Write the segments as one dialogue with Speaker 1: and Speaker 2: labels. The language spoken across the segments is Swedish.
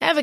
Speaker 1: Ever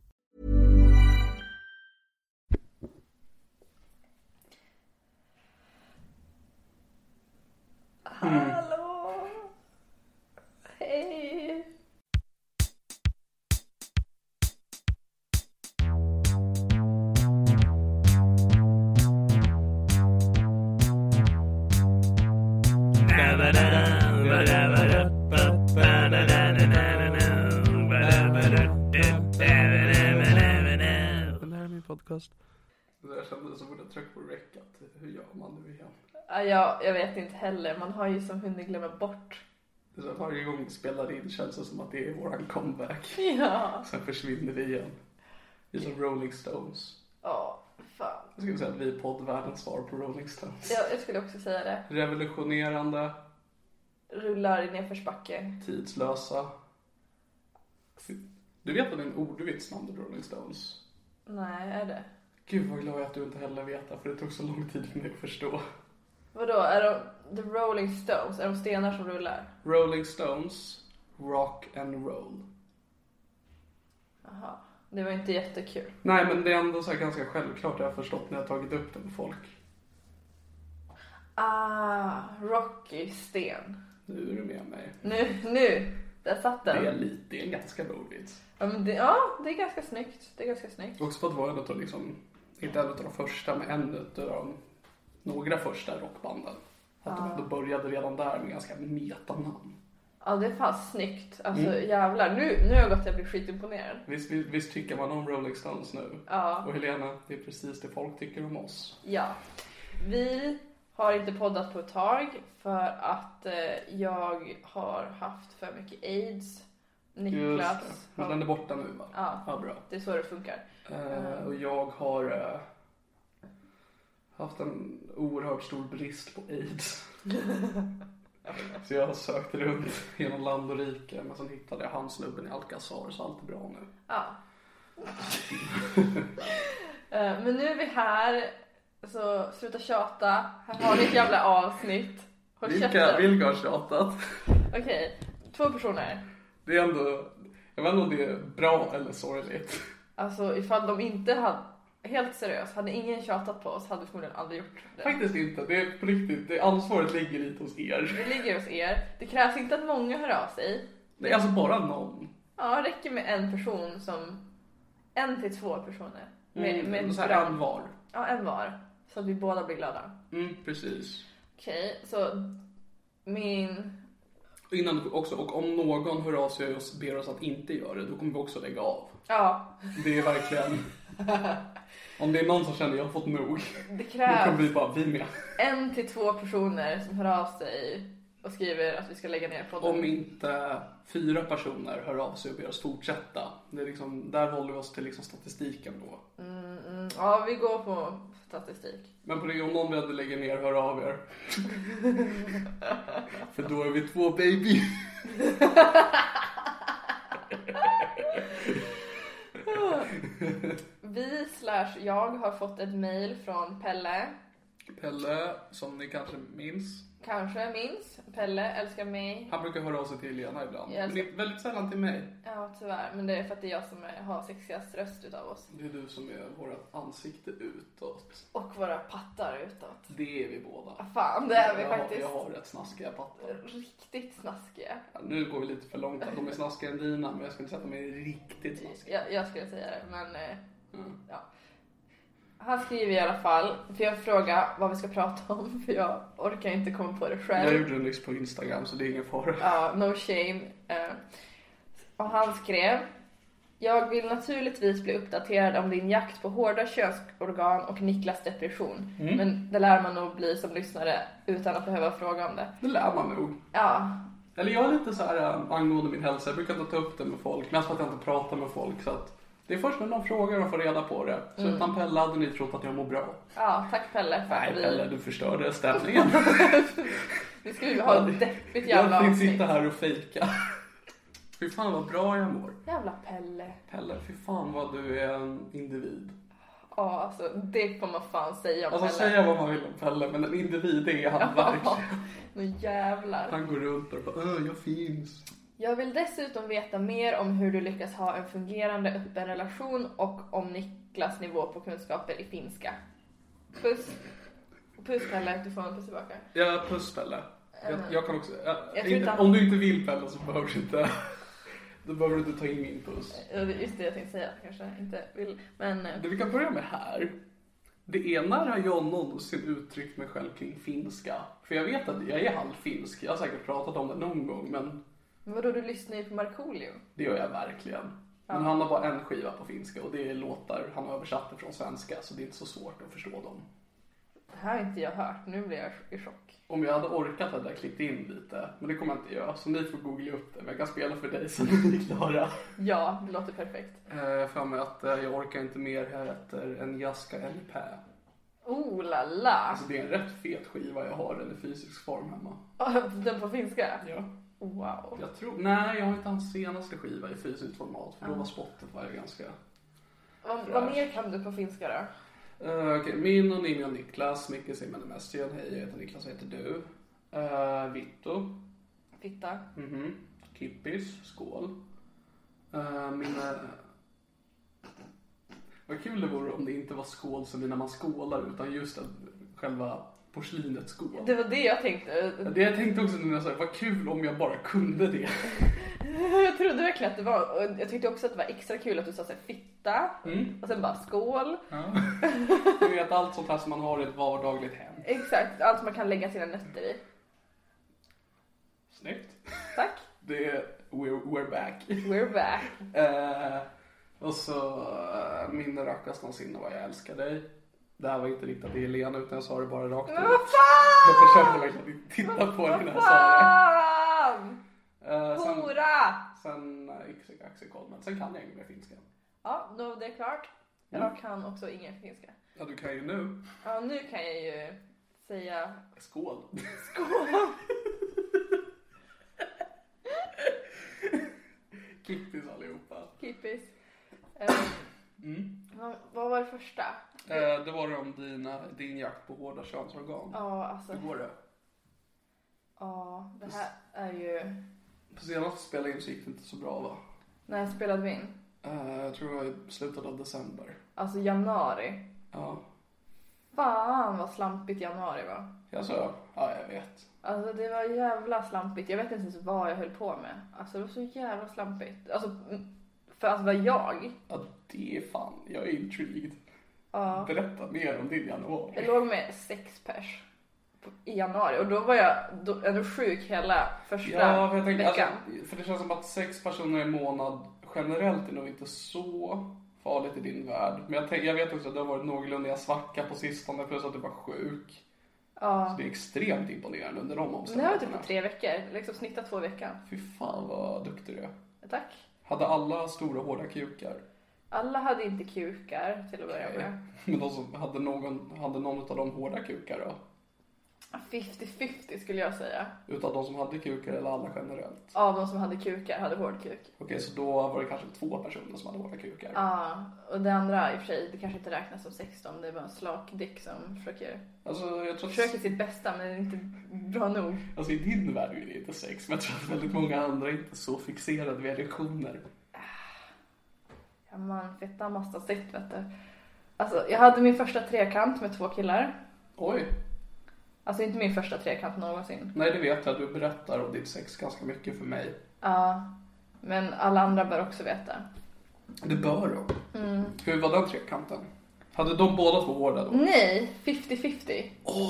Speaker 2: Hallå! Hej!
Speaker 3: Det här är min podcast.
Speaker 4: Det där kändes som att jag tryckte på rec att hur gör man nu igen?
Speaker 2: Ja, jag, jag vet inte heller. Man har ju som hunnit glömma bort.
Speaker 4: Det är så här, varje gång vi spelar in känns det som att det är våran comeback.
Speaker 2: Ja.
Speaker 4: Sen försvinner vi igen. Vi är som Rolling Stones.
Speaker 2: Ja, fan.
Speaker 4: Jag skulle säga att vi är poddvärldens svar på Rolling Stones.
Speaker 2: Jag, jag skulle också säga det.
Speaker 4: Revolutionerande,
Speaker 2: Rullar i nedförsbacke.
Speaker 4: tidslösa. Du vet vad det är en ordvits namn till Rolling Stones?
Speaker 2: Nej, är det?
Speaker 4: Gud vad glad jag är att du inte heller vet det, för det tog så lång tid för mig att förstå.
Speaker 2: Vadå, är de the rolling stones? Är de stenar som rullar?
Speaker 4: Rolling Stones, rock and roll.
Speaker 2: Jaha. Det var inte jättekul.
Speaker 4: Nej men det är ändå så här ganska självklart, jag har förstått när jag har tagit upp det med folk.
Speaker 2: Ah, Rocky Sten.
Speaker 4: Nu är du med mig.
Speaker 2: Nu, nu! Där satt
Speaker 4: Det är
Speaker 2: den.
Speaker 4: lite, det är en ganska roligt.
Speaker 2: Ja, men det, ja, det är ganska snyggt. Det är ganska snyggt.
Speaker 4: Också för att vara en utav liksom, inte en utav de första, men en utav de, några första rockbanden. Att de ändå började redan där med ganska metanamn.
Speaker 2: Ja, det är fan snyggt. Alltså jävlar. Nu, nu har jag gått jag blir skitimponerad.
Speaker 4: Visst, visst, visst tycker man om Rolling Stones nu?
Speaker 2: Ja.
Speaker 4: Och Helena, det är precis det folk tycker om oss.
Speaker 2: Ja. Vi har inte poddat på ett tag för att eh, jag har haft för mycket aids. Niklas.
Speaker 4: det. Men den är borta nu va?
Speaker 2: Ja.
Speaker 4: ja bra.
Speaker 2: Det är så det funkar.
Speaker 4: Eh, och jag har eh, haft en oerhört stor brist på aids. så jag har sökt runt genom land och rike men sen hittade jag han snubben i Alcazar så allt är bra nu.
Speaker 2: Ja. Eh, Men nu är vi här. Så sluta tjata. Här har ni ett jävla avsnitt. Håll
Speaker 4: Vilka,
Speaker 2: käften.
Speaker 4: vilka har tjatat?
Speaker 2: Okej, två personer.
Speaker 4: Det är ändå, jag vet inte om det är bra eller sorgligt.
Speaker 2: Alltså ifall de inte hade, helt seriöst, hade ingen tjatat på oss hade vi förmodligen aldrig gjort det.
Speaker 4: Faktiskt inte, det är på riktigt, det ansvaret ligger lite hos er.
Speaker 2: Det ligger hos er. Det krävs inte att många hör av sig.
Speaker 4: Det är alltså bara någon.
Speaker 2: Ja, det räcker med en person som... En till två personer. Med, med
Speaker 4: Mm, så
Speaker 2: ett
Speaker 4: här,
Speaker 2: bra-
Speaker 4: en var.
Speaker 2: Ja, en var. Så att vi båda blir glada.
Speaker 4: Mm, precis.
Speaker 2: Okej, så min...
Speaker 4: Och Innan du också, och om någon hör av sig och ber oss att inte göra det, då kommer vi också lägga av.
Speaker 2: Ja,
Speaker 4: Det är verkligen... Om det är någon som känner jag har fått nog,
Speaker 2: det
Speaker 4: då kommer
Speaker 2: krävs
Speaker 4: vi bara, vi med.
Speaker 2: en till två personer som hör av sig och skriver att vi ska lägga ner podden.
Speaker 4: Om inte fyra personer hör av sig och ber oss fortsätta, det är liksom, där håller vi oss till liksom statistiken då.
Speaker 2: Ja, vi går på statistik.
Speaker 4: Men på det, om någon vänder lägger ner, hör av er. För då är vi två baby.
Speaker 2: Vi slash jag har fått ett mail från Pelle.
Speaker 4: Pelle, som ni kanske minns,
Speaker 2: Kanske minns. Pelle älskar mig.
Speaker 4: han brukar höra av sig till Lena ibland.
Speaker 2: Jag
Speaker 4: Men det är väldigt sällan till mig.
Speaker 2: Ja tyvärr, men det är för att det är jag som är, har sexigast röst utav oss.
Speaker 4: Det är du som är vårt ansikte utåt.
Speaker 2: Och våra pattar utåt.
Speaker 4: Det är vi båda.
Speaker 2: Fan, det är vi
Speaker 4: jag,
Speaker 2: faktiskt.
Speaker 4: Jag har rätt snaskiga pattar.
Speaker 2: Riktigt snaskiga.
Speaker 4: Nu går vi lite för långt. De är snaskigare än dina, men jag skulle inte säga att de är riktigt snaskiga.
Speaker 2: Jag, jag skulle säga det, men eh,
Speaker 4: Mm.
Speaker 2: ja. Han skriver i alla fall, för jag frågar vad vi ska prata om för jag orkar inte komma på det
Speaker 4: Jag
Speaker 2: själv.
Speaker 4: gjorde en lyx på Instagram, så det är ingen fara.
Speaker 2: Ja, no shame. Eh, och han skrev. Jag vill naturligtvis bli uppdaterad om din jakt på hårda könsorgan och Niklas depression.
Speaker 4: Mm.
Speaker 2: Men det lär man nog bli som lyssnare utan att behöva fråga om det.
Speaker 4: Det lär man nog.
Speaker 2: Ja,
Speaker 4: Eller jag är lite så här äh, angående min hälsa. Jag brukar inte ta upp det med folk. Mest för att jag inte pratar med folk. Så att det är först när någon frågar och får reda på det. Så
Speaker 2: Mm.
Speaker 4: utan Pelle hade ni trott att jag mår bra.
Speaker 2: ja tack Pelle för
Speaker 4: Nej
Speaker 2: att
Speaker 4: Pelle,
Speaker 2: vi,
Speaker 4: du förstörde stämningen.
Speaker 2: vi ska ju ha ett deppigt jävla
Speaker 4: jag fick
Speaker 2: avsnitt.
Speaker 4: sitta här och fejka. Fy fan vad bra jag mår.
Speaker 2: Jävla Pelle.
Speaker 4: Pelle, fy fan vad du är en individ.
Speaker 2: Ja, alltså det får man fan säga om
Speaker 4: Alltså
Speaker 2: Pelle.
Speaker 4: säga vad man vill om Pelle, men en individ det är han verkligen.
Speaker 2: Nu jävlar.
Speaker 4: Han går runt och bara "Öh, jag finns.
Speaker 2: Jag vill dessutom veta mer om hur du lyckas ha en fungerande öppen relation och om Niklas nivå på kunskaper i finska. Puss. Puss Pelle, du får en puss tillbaka.
Speaker 4: Ja, puss Pelle. Jag, jag kan också... jag-
Speaker 2: Eh, tror
Speaker 4: inte,
Speaker 2: inte han-
Speaker 4: Om du inte vill Pelle så behöver du inte... Då behöver du inte ta in min puss.
Speaker 2: Ja, det är Just det jag tänkte säga, kanske inte vill. Men eh,
Speaker 4: Det vi kan börja med här. Det är när jag någonsin uttryckt mig själv kring finska. För jag vet att jag är halvfinsk. Jag har säkert pratat om det någon gång, men
Speaker 2: vadå du lyssnar ju på Markoolio?
Speaker 4: det gör jag verkligen. Men han har bara en skiva på finska och det är låtar han har översatt från svenska, så det är inte så svårt att förstå dem.
Speaker 2: Det här har inte jag hört, nu blir jag i chock.
Speaker 4: Om jag hade orkat hade jag klippt in lite, men det kommer jag inte göra. Så ni får googla upp det, men jag kan spela för dig sen när ni är klara.
Speaker 2: Ja, det låter perfekt.
Speaker 4: Eh, Jag har för mig att eh, jag orkar inte mer här efter en jaska eller pä.
Speaker 2: Oh la la!
Speaker 4: Alltså det är en rätt fet skiva jag har, den i fysisk form hemma.
Speaker 2: Den på finska?
Speaker 4: Ja.
Speaker 2: Wow.
Speaker 4: Jag tror, nej jag har inte hans senaste skiva i fysiskt format för då var Spotify ganska...
Speaker 2: Vad, vad mer kan du på finska då?
Speaker 4: Uh, okay. Min och Ninni och Niklas, Micke Simmen och Mästien, hej jag heter Niklas, vad heter du? Uh, Vitto,
Speaker 2: Fitta.
Speaker 4: mhm, Kippis, skål. Uh, min... eh, Vad kul det vore om det inte var skål som i när man skålar utan just att själva porslinet skål.
Speaker 2: Det var det jag tänkte.
Speaker 4: Det jag tänkte också nu när jag sa det, vad kul om jag bara kunde det.
Speaker 2: Jag trodde verkligen att det var, och jag tyckte också att det var extra kul att du sa så här, fitta
Speaker 4: Mm.
Speaker 2: och sen bara skål.
Speaker 4: Du vet allt sånt här som man har i ett vardagligt hem.
Speaker 2: Exakt, allt man kan lägga sina nötter i.
Speaker 4: Snyggt.
Speaker 2: Tack,
Speaker 4: Det är, we're, we're back.
Speaker 2: we're back.
Speaker 4: Eh, och så eh, min rakas någonsin och vad jag älskar dig. Det här var inte riktat till Helena utan jag sa det bara rakt ut.
Speaker 2: Men vad
Speaker 4: Jag
Speaker 2: Ah, fan!
Speaker 4: försökte verkligen inte titta på dig när jag sa det.
Speaker 2: Fan!
Speaker 4: Eh, sen
Speaker 2: Hora!
Speaker 4: sen eh, Ixek Axekolmen. Sen kan jag inget mer finska.
Speaker 2: Ja, då var det klart.
Speaker 4: Mm.
Speaker 2: Jag kan också ingen finska.
Speaker 4: Ja, du kan ju nu.
Speaker 2: Ja, nu kan jag ju säga
Speaker 4: Skål.
Speaker 2: skål.
Speaker 4: Kittis allihopa. Mm.
Speaker 2: Kippis. Eh, vad, vad var det första?
Speaker 4: Eh, det var det om dina, din jakt på hårda könsorgan.
Speaker 2: Ja, alltså.
Speaker 4: Hur går det?
Speaker 2: Ja, det här är ju...
Speaker 4: På senaste spelningen så gick det inte så bra va?
Speaker 2: När spelade vi in?
Speaker 4: Eh, jag tror det var i slutet av december.
Speaker 2: Alltså januari.
Speaker 4: Ja,
Speaker 2: Fan vad slampigt januari var.
Speaker 4: jag sa ja, jag vet.
Speaker 2: Alltså det var jävla slampigt. Jag vet inte ens vad jag höll på med. Alltså det var så jävla slampigt. Alltså mm, för att vara jag.
Speaker 4: Ja, det är fan, jag är intrigued. Berätta mer om din
Speaker 2: Jag
Speaker 4: januari.
Speaker 2: låg med sex pers på- i januari och då var jag då, ändå sjuk hela första
Speaker 4: Ja, för jag tänker,
Speaker 2: veckan.
Speaker 4: alltså, för det känns som att sex personer i månad generellt är nog inte så farligt i din värld. Men jag, tänker, jag vet också att det har varit någorlunda svacka på sistone plus att du var sjuk. Så det är extremt imponerande under de
Speaker 2: det här var typ
Speaker 4: omständigheterna.
Speaker 2: på tre veckor. Liksom snittat två i veckan.
Speaker 4: Fy fan vad duktig du är.
Speaker 2: Tack.
Speaker 4: Hade alla stora hårda kukar?
Speaker 2: Alla hade inte kukar till att börja med.
Speaker 4: Men de som hade någon, hade någon av dem hårda kukar då?
Speaker 2: 50-50 skulle jag säga.
Speaker 4: Utav de som hade kukar eller alla generellt?
Speaker 2: Av de som hade kukar hade hårdkuk.
Speaker 4: Okej, så då var det kanske två personer som hade hårda kukar.
Speaker 2: Ja, och det andra i och för sig, det kanske inte räknas som 16, det är bara en slakdick som försöker,
Speaker 4: Alltså, jag tror att,
Speaker 2: försöker sitt bästa men inte bra nog.
Speaker 4: alltså i din värld är det inte sex, men jag tror att väldigt många andra är inte så fixerade vid erektioner.
Speaker 2: Ja, man fettar massa sitt vet du. Alltså jag hade min första trekant med två killar.
Speaker 4: Oj,
Speaker 2: Alltså inte min första trekant någonsin.
Speaker 4: nej det vet jag. Du berättar om ditt sex ganska mycket för mig.
Speaker 2: Ja, men alla andra bör också veta.
Speaker 4: Det bör de.
Speaker 2: Mm.
Speaker 4: Hur var den trekanten? Hade de båda två hårda då? Åh,
Speaker 2: Nej, 50-50.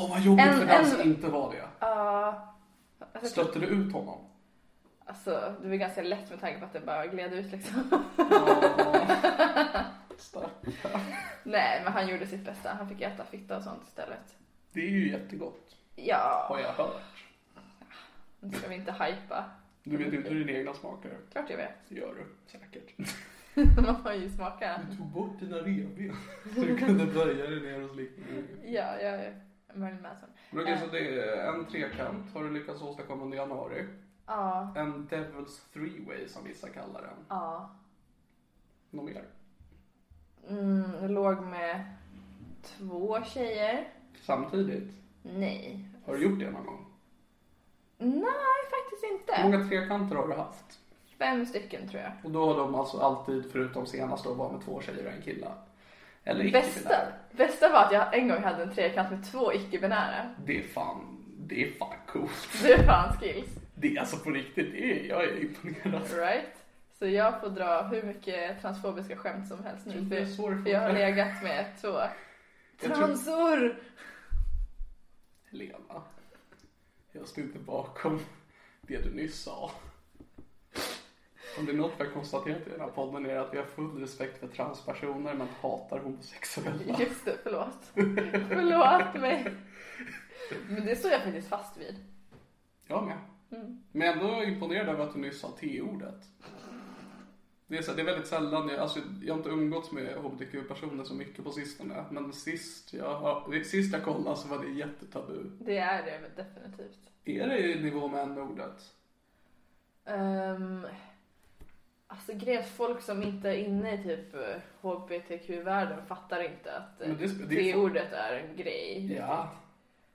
Speaker 4: vad jobbigt
Speaker 2: Mm. En-
Speaker 4: för den
Speaker 2: en-
Speaker 4: som inte var det.
Speaker 2: Ja,
Speaker 4: Stötte du ut honom?
Speaker 2: alltså det var ganska lätt med tanke på att det bara gled ut liksom.
Speaker 4: Stackarn.
Speaker 2: Nej, men han gjorde sitt bästa. Han fick äta fitta och sånt istället.
Speaker 4: Det är ju jättegott,
Speaker 2: Ja,
Speaker 4: har jag hört.
Speaker 2: nu ska vi inte hypa.
Speaker 4: Du
Speaker 2: Mm.
Speaker 4: vet inte hur dina egna smaker.
Speaker 2: Klart jag vet.
Speaker 4: Det gör du säkert.
Speaker 2: Man har ju smaka.
Speaker 4: Du tog bort dina revben. Du kunde böja dig ner och slicka.
Speaker 2: Ja, jag är Marilyn Manson.
Speaker 4: Men okej, så det är en trekant har du lyckats åstadkomma under januari.
Speaker 2: Ja,
Speaker 4: En Devil's Three-way som vissa kallar den.
Speaker 2: ja.
Speaker 4: Något mer?
Speaker 2: Mm, jag låg med två tjejer.
Speaker 4: Samtidigt,
Speaker 2: Nej.
Speaker 4: har du gjort det någon gång?
Speaker 2: Nej, faktiskt
Speaker 4: Hur
Speaker 2: inte.
Speaker 4: många trekanter har du haft?
Speaker 2: Fem stycken tror jag.
Speaker 4: Och då har de alltså alltid, förutom senast, då var med två tjejer och en kille. Eller
Speaker 2: Bästa,
Speaker 4: icke-binära.
Speaker 2: bästa var att jag en gång hade en trekant med två icke-binära.
Speaker 4: Det är fan, det är fan coolt.
Speaker 2: Det är fan skills,
Speaker 4: Det är alltså på riktigt, det är, jag är imponerad.
Speaker 2: right? Så jag får dra hur mycket transfobiska skämt som helst nu.
Speaker 4: Tror
Speaker 2: För,
Speaker 4: jag såg det
Speaker 2: för jag har
Speaker 4: förut.
Speaker 2: legat med två
Speaker 4: tror-
Speaker 2: transor.
Speaker 4: Helena, jag står inte bakom det du nyss sa. Om det är något vi har konstaterat i den här podden är att vi har full respekt för transpersoner men hatar homosexuella.
Speaker 2: Just det, förlåt. förlåt mig. Men det står jag faktiskt fast vid.
Speaker 4: Jag med. Men ändå imponerad över att du nyss sa T-ordet. Det är, så, det är väldigt sällan, jag, alltså, jag har inte umgåtts med hbtq-personer så mycket på sistone. Men sist jag, har- sist jag kollade så var det jättetabu.
Speaker 2: Det är det men definitivt.
Speaker 4: Är det i nivå med n-ordet?
Speaker 2: Um, alltså grejen är att folk som inte är inne i typ eh, HBTQ-världen fattar inte att eh,
Speaker 4: Men det sp- det är
Speaker 2: det
Speaker 4: folk-
Speaker 2: ordet är en grej.
Speaker 4: Ja.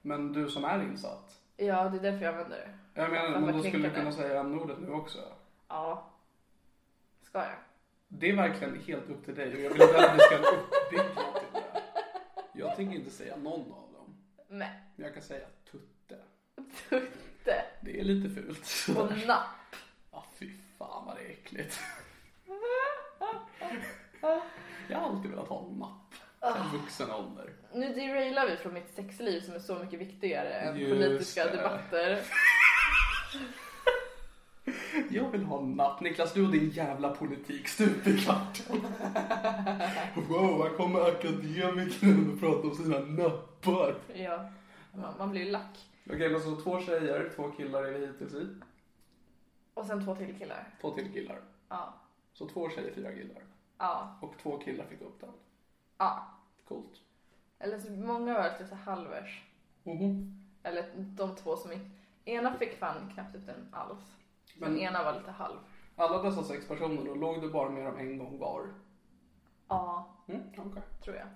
Speaker 4: Men du som är insatt?
Speaker 2: Ja, det är därför jag använder det.
Speaker 4: Jag
Speaker 2: För
Speaker 4: menar,
Speaker 2: att
Speaker 4: men
Speaker 2: vara
Speaker 4: då skulle du
Speaker 2: kränkande.
Speaker 4: kunna säga n-ordet nu också.
Speaker 2: Ja. Ska jag?
Speaker 4: Det är verkligen helt upp till dig och jag vill inte att vi ska uppbygga till det. Jag tänker inte säga någon av dem.
Speaker 2: Men
Speaker 4: Men jag kan säga tutte.
Speaker 2: tutte
Speaker 4: Det är lite fult.
Speaker 2: och napp.
Speaker 4: Ja, fy fan vad det är äckligt. Jag har alltid velat ha en napp. Sen vuxen ålder.
Speaker 2: Nu derailar vi från mitt sexliv som är så mycket viktigare än
Speaker 4: Just
Speaker 2: politiska
Speaker 4: det.
Speaker 2: debatter.
Speaker 4: Jag vill ha en napp. Niklas, du och din jävla politik stup i kvarten. Wow, här kommer akademikern och pratar om sina nappar.
Speaker 2: Ja, man, man blir ju lack.
Speaker 4: Okej, men så två tjejer, två killar är vi hittills i.
Speaker 2: Och sen två till killar.
Speaker 4: Två till killar.
Speaker 2: Ja.
Speaker 4: Så två tjejer, fyra killar.
Speaker 2: Ja.
Speaker 4: Och två killar fick upp den.
Speaker 2: Ja.
Speaker 4: Coolt.
Speaker 2: Eller så många har varit lite halvers.
Speaker 4: Mhm.
Speaker 2: Eller de två som inte... Ena fick fan knappt ut den alls. Men
Speaker 4: Men-
Speaker 2: ena var lite halv.
Speaker 4: Alla dessa sex personer, då låg du bara med dem en gång var?
Speaker 2: Ja,
Speaker 4: Mm, okej.
Speaker 2: tror jag.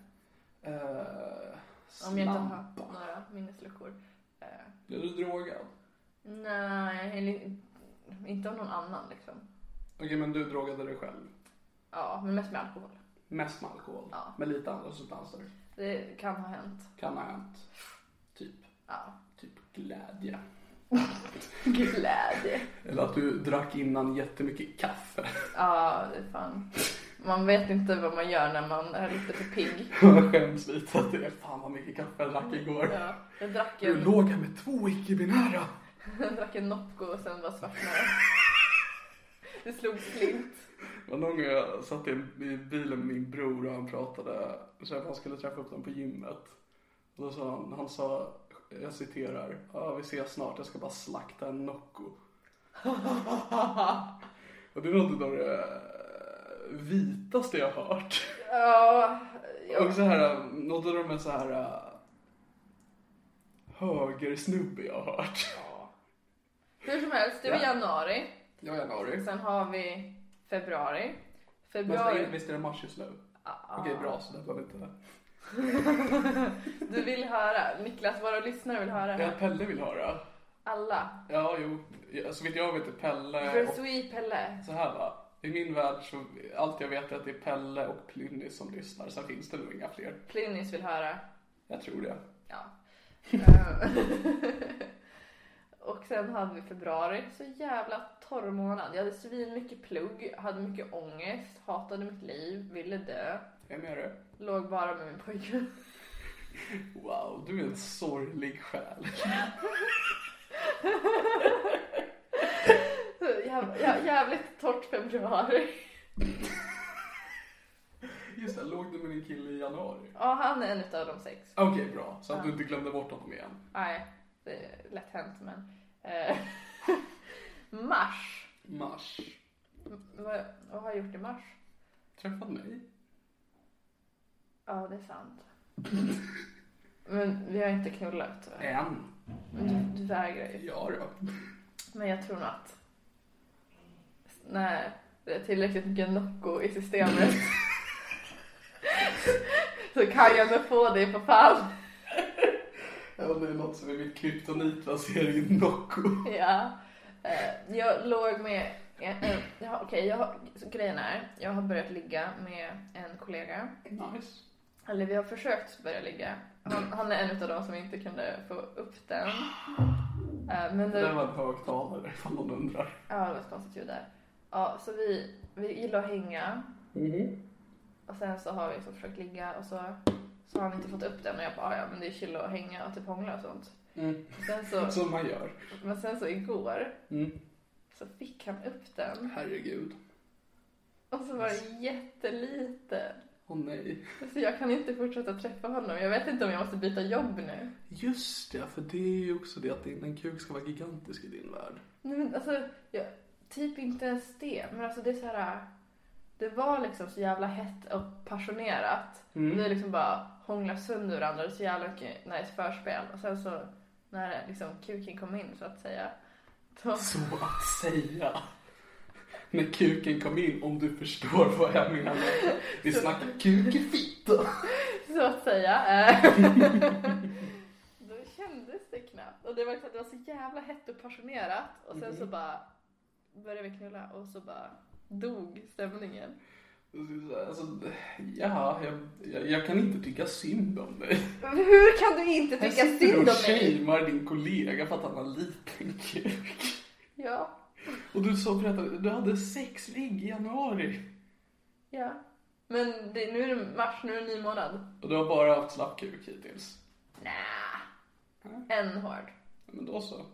Speaker 4: Eh,
Speaker 2: Om jag inte har
Speaker 4: slampa.
Speaker 2: några minnesluckor. Eh,
Speaker 4: Blev du drogad?
Speaker 2: nej, eller inte av någon annan liksom.
Speaker 4: Okej, men du drogade dig själv.
Speaker 2: Ja, men mest med alkohol.
Speaker 4: Mest med alkohol.
Speaker 2: Ja.
Speaker 4: Med lite andra substanser.
Speaker 2: Det kan ha hänt.
Speaker 4: Kan ha hänt. Typ.
Speaker 2: Ja.
Speaker 4: Typ glädje.
Speaker 2: Glädje.
Speaker 4: Eller att du drack innan jättemycket kaffe.
Speaker 2: Ja, det är fan. Man vet inte vad man gör när man är lite för pigg.
Speaker 4: Jag skäms lite att det är fan vad mycket kaffe jag drack igår.
Speaker 2: Ja, jag drack
Speaker 4: Du
Speaker 2: en,
Speaker 4: låg här med två icke-binära.
Speaker 2: jag drack en Nopco och sen bara svartnade. Det slog slint.
Speaker 4: Det var någon gång jag satt i i bilen med min bror och han pratade, så att han skulle träffa upp dem på gymmet. Och då sa han, han sa, jag citerar, ja vi ses snart, jag ska bara slakta en Nocco. och det är något av det eh, vitaste jag har hört.
Speaker 2: Ja,
Speaker 4: Och så här, något av de här så här eh, högersnubbe jag har hört.
Speaker 2: Ja. Hur som helst, det var
Speaker 4: Ja.
Speaker 2: januari.
Speaker 4: Jag är januari.
Speaker 2: Sen har vi februari.
Speaker 4: Men så är-
Speaker 2: Februari.
Speaker 4: visst är det mars just nu?
Speaker 2: Ah,
Speaker 4: Okej, bra. Så det var inte...
Speaker 2: Du vill höra. Niklas, våra lyssnare vill höra.
Speaker 4: Ja, Pelle vill höra.
Speaker 2: Alla.
Speaker 4: Ja, jo. Ja, Så vitt jag vet är Pelle och...
Speaker 2: Brosui Pelle.
Speaker 4: Så här va. I min värld så... Allt jag vet är att det är Pelle och Plynnis som lyssnar. Sen finns det nog inga fler.
Speaker 2: Plinius vill höra.
Speaker 4: Jag tror det.
Speaker 2: Ja. Eh, och sen hade vi februari. Så jävla torr månad. Jag hade svin mycket plugg, hade mycket ångest, hatade mitt liv, ville dö.
Speaker 4: Jag är med dig.
Speaker 2: Låg bara med min pojkvän.
Speaker 4: Wow, du är en sorglig själ.
Speaker 2: Jäv, jä- jävligt torrt februari.
Speaker 4: Just det, låg du med din kille i januari?
Speaker 2: Ja, han är en utav de sex.
Speaker 4: Okej, bra. Så att du inte glömde bort honom igen.
Speaker 2: Nej, det är lätt hänt men. eh, mars.
Speaker 4: Mars.
Speaker 2: M- Vad, vad har jag gjort i mars?
Speaker 4: Träffat mig?
Speaker 2: Ja, det är sant. Men vi har inte knullat. va?
Speaker 4: En.
Speaker 2: Men du, du vägrar ju.
Speaker 4: Ja då.
Speaker 2: Men jag tror nog att... Nej, det är tillräckligt mycket Nocco i systemet. Så kan jag nog få det på fall.
Speaker 4: Ja, det är något som är min kryptonitplacering i Nocco.
Speaker 2: Ja. Eh, Jag låg med... en- en- Ja, Okej, jag har- så grejen är, jag har börjat ligga med en kollega.
Speaker 4: Nice.
Speaker 2: Eller vi har försökt börja ligga. Han, han är en av de som inte kunde få upp den. Eh, Men
Speaker 4: Det
Speaker 2: det,
Speaker 4: där var en högtalare ifall någon undrar.
Speaker 2: Ja, det var ett konstigt ljud där. Ja, så vi, vi gillar att hänga. Och sen så har vi liksom försökt ligga och så, så har han inte fått upp den och jag bara, "Ah, ja men det är chill att hänga och typ hångla och sånt.
Speaker 4: Mm.
Speaker 2: Sen så,
Speaker 4: Som man gör.
Speaker 2: men sen så igår
Speaker 4: Mm.
Speaker 2: så fick han upp den
Speaker 4: Herregud.
Speaker 2: och så var den jätteliten.
Speaker 4: Åh nej.
Speaker 2: Så Alltså, jag kan inte fortsätta träffa honom. Jag vet inte om jag måste byta jobb nu.
Speaker 4: Just det, för det är ju också det att din, en kuk ska vara gigantisk i din värld.
Speaker 2: Nej men alltså, jag, typ inte ens det. Men alltså det är så här. Det var liksom så jävla hett och passionerat. Vi liksom bara hånglade sönder varandra. Det var så jävla mycket nice förspel. Och sen så när liksom kuken kom in så att säga. Då,
Speaker 4: Så att säga. När kuken kom in, om du förstår vad jag menar. Vi snackar kuk i fitta.
Speaker 2: så att säga. eh, då kändes det knappt. Och det var, liksom, det var så jävla hett och passionerat. Och sen så bara började vi knulla och så bara dog stämningen.
Speaker 4: Alltså, ja, jag, jag, jag kan inte tycka synd om dig.
Speaker 2: Men hur kan du inte tycka synd om
Speaker 4: och
Speaker 2: mig?
Speaker 4: shamear din kollega för att han har liten kuk.
Speaker 2: Ja,
Speaker 4: Och du sa berättade, du hade sex ligg i januari.
Speaker 2: ja. Men det, nu är det mars, nu är det ny månad.
Speaker 4: Och du har bara haft slapp kuk hittills.
Speaker 2: Nä. En hård.
Speaker 4: Ja, Men då så.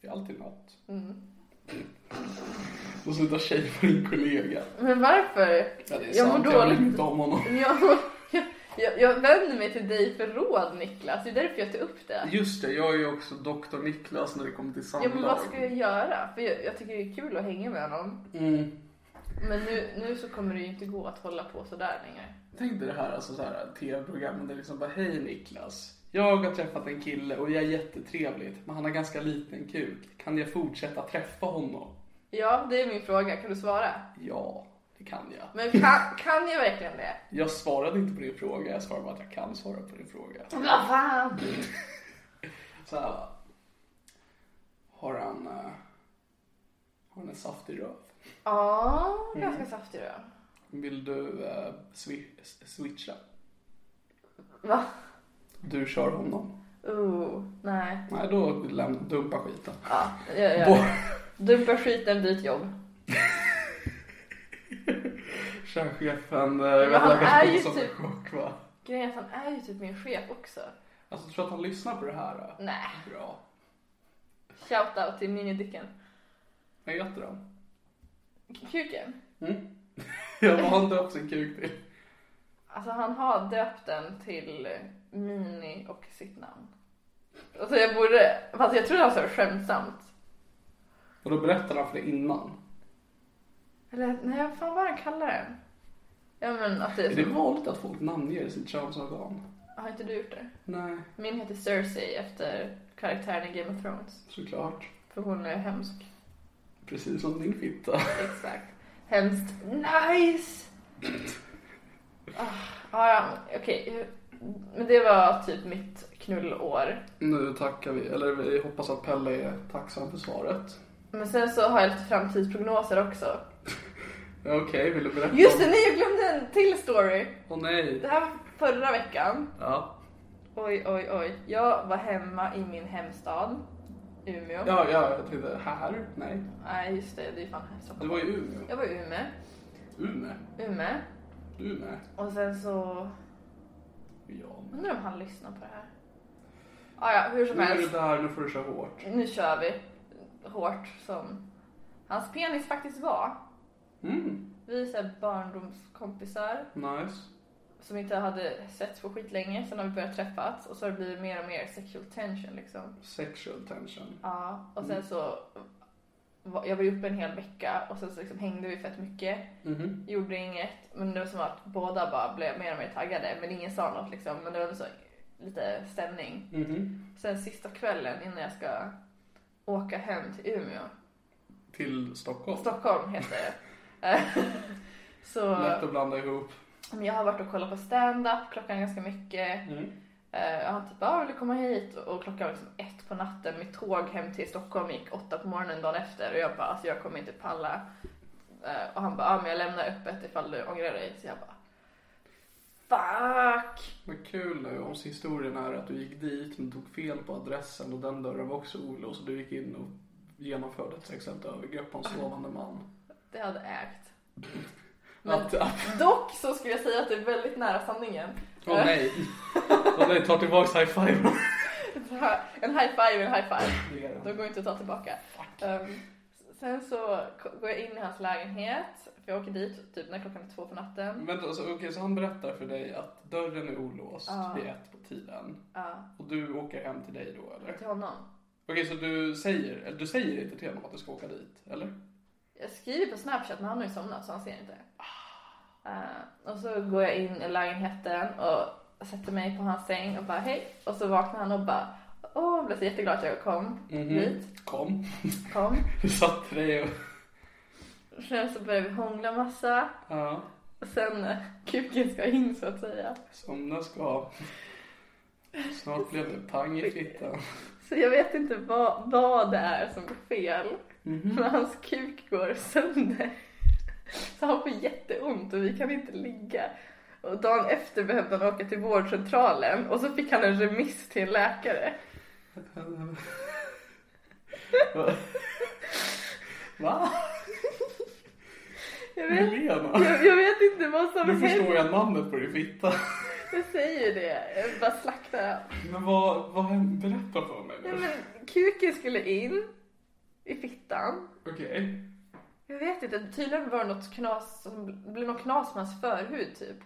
Speaker 4: Det är alltid något.
Speaker 2: Mm.
Speaker 4: Och sluta tjej för din kollega.
Speaker 2: Men varför?
Speaker 4: Ja, det är
Speaker 2: Jag mår
Speaker 4: sant, jag vill
Speaker 2: dåligt.
Speaker 4: inte om honom.
Speaker 2: Jag, jag, jag vänder mig till dig för råd Niklas, det är därför jag tar upp det.
Speaker 4: Just det, jag är ju också doktor Niklas när det kommer till
Speaker 2: Ja
Speaker 4: samlag.
Speaker 2: men vad ska jag göra? För jag, jag tycker det är kul att hänga med honom.
Speaker 4: mm.
Speaker 2: Men nu, nu så kommer det ju inte gå att hålla på sådär längre.
Speaker 4: Tänk dig det här, alltså så här tv-program där det liksom bara hej Niklas. Jag har träffat en kille och jag är jättetrevligt men han har ganska liten kuk. Kan jag fortsätta träffa honom?
Speaker 2: Ja, det är min fråga, kan du svara?
Speaker 4: Ja, det kan jag.
Speaker 2: Men kan, kan jag verkligen det?
Speaker 4: Jag svarade inte på din fråga, jag svarade bara att jag kan svara på din fråga.
Speaker 2: Vad fan!
Speaker 4: Så här, har han, eh, har han en saftig röv?
Speaker 2: Ja, ganska saftig då.
Speaker 4: Vill du eh, swi- s- switcha?
Speaker 2: Va?
Speaker 4: Du kör honom.
Speaker 2: Oh, nej.
Speaker 4: Nej, då läm- dumpa skiten.
Speaker 2: Ja, jag gör
Speaker 4: Bort.
Speaker 2: det. Dumpa skiten, byt jobb.
Speaker 4: Kör chefen. eh,
Speaker 2: Men
Speaker 4: vet
Speaker 2: han
Speaker 4: jag kanske
Speaker 2: är
Speaker 4: inte
Speaker 2: ju
Speaker 4: som en
Speaker 2: typ-
Speaker 4: chock, va?
Speaker 2: Grejen är att han är ju typ min chef också.
Speaker 4: Alltså, tror du att han lyssnar på det här? då?
Speaker 2: Nej.
Speaker 4: Bra.
Speaker 2: Shoutout till minidicken.
Speaker 4: Vad heter han?
Speaker 2: Kuken.
Speaker 4: Jag har han döpt sin kuk till.
Speaker 2: Alltså han har döpt den till Mini och sitt namn. Alltså jag borde, fast jag tror han sa det skämtsamt.
Speaker 4: Och då berättar han för det innan.
Speaker 2: Eller nej, vad fan vad han kallar den? Ja men att det är
Speaker 4: Är det
Speaker 2: så...
Speaker 4: vanligt att folk namnger sitt könsorgan?
Speaker 2: Har inte du gjort det?
Speaker 4: Nej,
Speaker 2: Min heter Cersei efter karaktären i Game of Thrones.
Speaker 4: såklart.
Speaker 2: För hon är hemsk.
Speaker 4: Precis som din fitta.
Speaker 2: Exakt. Hemskt nice! Ah, ah, ja, okej. Men det var typ mitt knullår.
Speaker 4: Nu tackar vi, eller vi hoppas att Pelle är tacksam för svaret.
Speaker 2: Men sen så har jag lite framtidsprognoser också.
Speaker 4: Okej, vill du berätta?
Speaker 2: Just
Speaker 4: om-
Speaker 2: det, nej jag glömde en till story.
Speaker 4: Åh
Speaker 2: Det
Speaker 4: nej!
Speaker 2: här var förra veckan.
Speaker 4: Ja.
Speaker 2: Oj, oj, oj. Jag var hemma i min hemstad, Umeå.
Speaker 4: Ja, ja, jag tänkte här? Nej.
Speaker 2: Nej, just det, det är fan här i
Speaker 4: Du
Speaker 2: Stockholm.
Speaker 4: var i Umeå.
Speaker 2: Jag var i Umeå.
Speaker 4: Umeå?
Speaker 2: Umeå.
Speaker 4: Du är med?
Speaker 2: Och sen så...
Speaker 4: Ja. men-
Speaker 2: Undrar om han lyssnar på det här. Ah, ja, hur som
Speaker 4: Nu är du
Speaker 2: helst.
Speaker 4: där, nu får du köra hårt.
Speaker 2: Nu kör vi. Hårt som hans penis faktiskt var.
Speaker 4: Mm,
Speaker 2: Vi är så här barndomskompisar
Speaker 4: nice.
Speaker 2: som inte hade setts på skitlänge. Sen har vi börjat träffas och så har det blivit mer och mer sexual tension liksom.
Speaker 4: Sexual tension.
Speaker 2: Ja, och sen så... var- Jag var ju uppe en hel vecka och sen så liksom hängde vi fett mycket.
Speaker 4: Mhm.
Speaker 2: Gjorde inget. Men det var som att båda bara blev mer och mer taggade. Men ingen sa något liksom. Men det var så lite stämning.
Speaker 4: Mhm.
Speaker 2: Sen sista kvällen innan jag ska åka hem till Umeå.
Speaker 4: Till Stockholm.
Speaker 2: Stockholm heter det. Eh, så
Speaker 4: Lätt att blanda ihop.
Speaker 2: men jag har varit och kollat på stand-up klockan ganska mycket.
Speaker 4: Mm.
Speaker 2: Eh, Jag har typ bara vill du komma hit och klockan var liksom ett på natten. Mitt tåg hem till Stockholm gick åtta på morgonen dagen efter och jag bara alltså jag kommer inte palla. Eh, Och han bara ah, men jag lämnar öppet ifall du ångrar dig. Så jag bara fuck.
Speaker 4: Men kul nu om historien är att du gick dit men tog fel på adressen och den dörren var också olåst och du gick in och genomförde ett sexuellt övergrepp på en sovande man.
Speaker 2: Det hade ägt. Men
Speaker 4: Att, att,
Speaker 2: dock så skulle jag säga att det är väldigt nära sanningen.
Speaker 4: åh nej. Åh nej, ta tillbaks high five.
Speaker 2: En high five är en high five.
Speaker 4: Det är
Speaker 2: De
Speaker 4: den.
Speaker 2: går inte att ta tillbaka. Ehm, sen så k- går jag in i hans lägenhet. För jag åker dit typ när klockan är två på natten.
Speaker 4: Vänta, alltså, okej, så han berättar för dig att dörren är olåst
Speaker 2: Ja.
Speaker 4: vid ett på tiden.
Speaker 2: Ja,
Speaker 4: Och du åker hem till dig då eller?
Speaker 2: till honom.
Speaker 4: Okej, så du säger, eller du säger inte till honom att du ska åka dit, eller?
Speaker 2: Jag skriver på Snapchat men han har ju somnat så han ser inte. Eh, och så går jag in i lägenheten och sätter mig på hans säng och bara hej. Och så vaknar han och bara åh, han blev så jätteglad att jag kom dit.
Speaker 4: Kom.
Speaker 2: Kom.
Speaker 4: Du satte dig och...
Speaker 2: Och sen så började vi hångla massa.
Speaker 4: Ja.
Speaker 2: Och sen eh, kuken ska in så att säga.
Speaker 4: Somna ska. Snart blev det pang i fittan.
Speaker 2: Så jag vet inte vad, vad det är som går fel.
Speaker 4: Mhm.
Speaker 2: Men hans kuk går sönder. Så han får jätteont och vi kan inte ligga. Och dagen efter behövde han åka till vårdcentralen och så fick han en remiss till en läkare.
Speaker 4: Va?
Speaker 2: Jag vet,
Speaker 4: Helena?
Speaker 2: jag, jag vet inte vad som
Speaker 4: Nu
Speaker 2: hände.
Speaker 4: förstår jag namnet på din fitta.
Speaker 2: Jag säger ju det. Jag bara slaktar.
Speaker 4: Men vad, vad hände? Berätta för mig
Speaker 2: Nej
Speaker 4: nu.
Speaker 2: men kuken skulle in i fittan.
Speaker 4: Okej.
Speaker 2: Jag vet inte, tydligen var det något knas, som det blev något knas med hans förhud typ.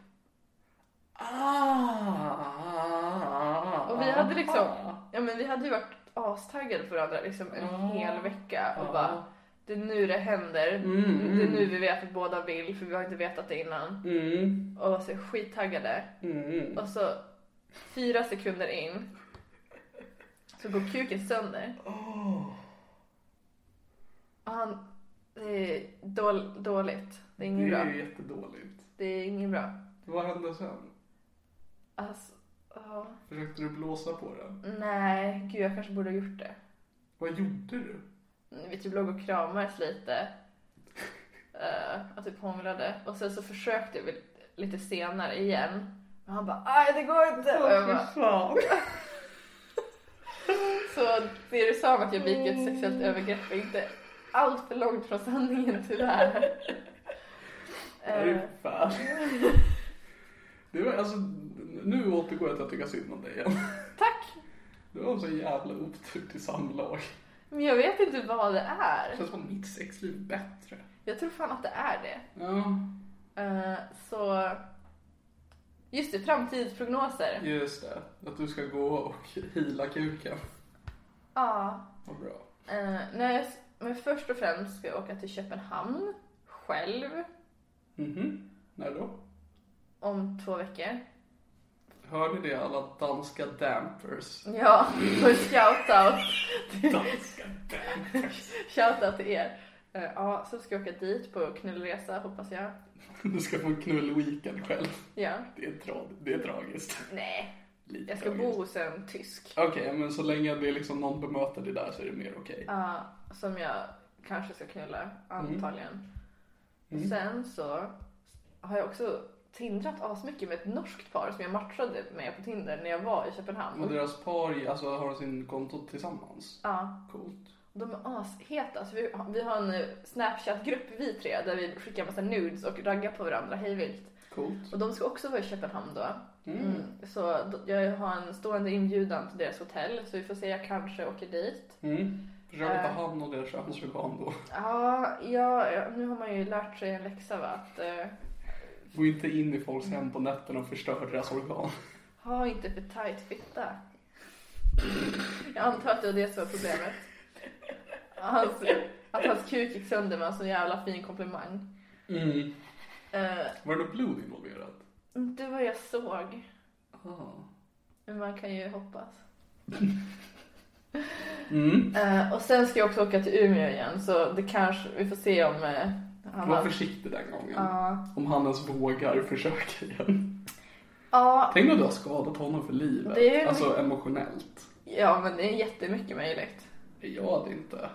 Speaker 4: Ah.
Speaker 2: Och vi hade liksom, ja men vi hade ju varit astaggade på varandra liksom en
Speaker 4: Ja.
Speaker 2: hel vecka och
Speaker 4: Ja.
Speaker 2: bara det är nu det händer,
Speaker 4: Mm,
Speaker 2: det är
Speaker 4: mm.
Speaker 2: nu vi vet att båda vill för vi har inte vetat det innan
Speaker 4: Mm.
Speaker 2: och var så skittaggade
Speaker 4: Mm.
Speaker 2: och så fyra sekunder in så går kuken sönder
Speaker 4: Åh.
Speaker 2: och han, det är dål, dåligt, det är
Speaker 4: Det
Speaker 2: inget
Speaker 4: är
Speaker 2: bra,
Speaker 4: ju jättedåligt.
Speaker 2: det är inget bra.
Speaker 4: Vad hände sen?
Speaker 2: Alltså, ja,
Speaker 4: Försökte du blåsa på den?
Speaker 2: nej, gud jag kanske borde ha gjort det.
Speaker 4: Vad gjorde du?
Speaker 2: vi typ låg och kramades lite. Eh, och typ hånglade. Och sen så försökte vi lite senare igen. Men han bara aj det går inte. Och jag bara,
Speaker 4: fan.
Speaker 2: så det du sa om att jag begick ett sexuellt övergrepp är inte allt för långt från sanningen tyvärr.
Speaker 4: Det är
Speaker 2: Eh,
Speaker 4: ju fan. Det var, alltså, nu återgår jag till att tycka synd om dig igen.
Speaker 2: tack!
Speaker 4: Du har en så jävla otur till samlag.
Speaker 2: Men jag vet inte vad det
Speaker 4: Det
Speaker 2: är.
Speaker 4: känns som att mitt sexliv är bättre.
Speaker 2: Jag tror fan att det är det.
Speaker 4: Ja,
Speaker 2: Eh, så just det, framtidsprognoser. Ja.
Speaker 4: just det. Att du ska gå och hila kuken. Vad bra.
Speaker 2: Eh, nej, jag s- men först och främst ska jag åka till Köpenhamn själv
Speaker 4: Mhm. När då?
Speaker 2: om två veckor.
Speaker 4: Hör ni det alla danska dampers?
Speaker 2: Ja, och shoutout.
Speaker 4: Danska dampers.
Speaker 2: shoutout till er. Eh, Ja, så ska jag åka dit på knullresa hoppas jag.
Speaker 4: Du ska få en knullweekend själv.
Speaker 2: Ja.
Speaker 4: Det är, tra- det är tragiskt.
Speaker 2: Nej,
Speaker 4: Lite
Speaker 2: jag ska
Speaker 4: tragiskt.
Speaker 2: bo hos en tysk.
Speaker 4: Okej, men så länge det är liksom någon bemöter det där så är det mer okej.
Speaker 2: Ja, som jag kanske ska knulla,
Speaker 4: Mm.
Speaker 2: antagligen. Och Sen så har jag också tindrat asmycket med ett norskt par som jag matchade med på Tinder när jag var i Köpenhamn.
Speaker 4: Och deras par alltså, har sin konto tillsammans.
Speaker 2: Ja,
Speaker 4: Coolt.
Speaker 2: de är asheta. Alltså vi, vi har en eh, Snapchat-grupp vi tre där vi skickar massa nudes och raggar på varandra hejvilt.
Speaker 4: Coolt.
Speaker 2: Och de ska också vara i Köpenhamn då. Mm. Så d- jag har en stående inbjudan till deras hotell så vi får se, jag kanske åker dit.
Speaker 4: Mm. Försök att
Speaker 2: Eh.
Speaker 4: ta hand om deras könsorgan då.
Speaker 2: Ja, ja, ja, nu har man ju lärt sig en läxa va? Att eh,
Speaker 4: Gå inte in i folks hem på nätterna och förstör deras organ.
Speaker 2: ha inte för tight fitta. Jag antar att det var det som var problemet. Hans, att hans kuk gick sönder med en sån jävla fin komplimang.
Speaker 4: Mm.
Speaker 2: Eh,
Speaker 4: Var det något blod involverat?
Speaker 2: inte vad jag såg,
Speaker 4: Ah.
Speaker 2: men man kan ju hoppas.
Speaker 4: Mm.
Speaker 2: Eh, och sen ska jag också åka till Umeå igen så det kanske, vi får se om eh, han
Speaker 4: Var
Speaker 2: har...
Speaker 4: försiktig den gången.
Speaker 2: Ja.
Speaker 4: Om han ens vågar försöka igen.
Speaker 2: Ja,
Speaker 4: Tänk om du har skadat honom för livet.
Speaker 2: Det är-
Speaker 4: Alltså emotionellt.
Speaker 2: ja, men det är jättemycket möjligt.
Speaker 4: Jag hade inte.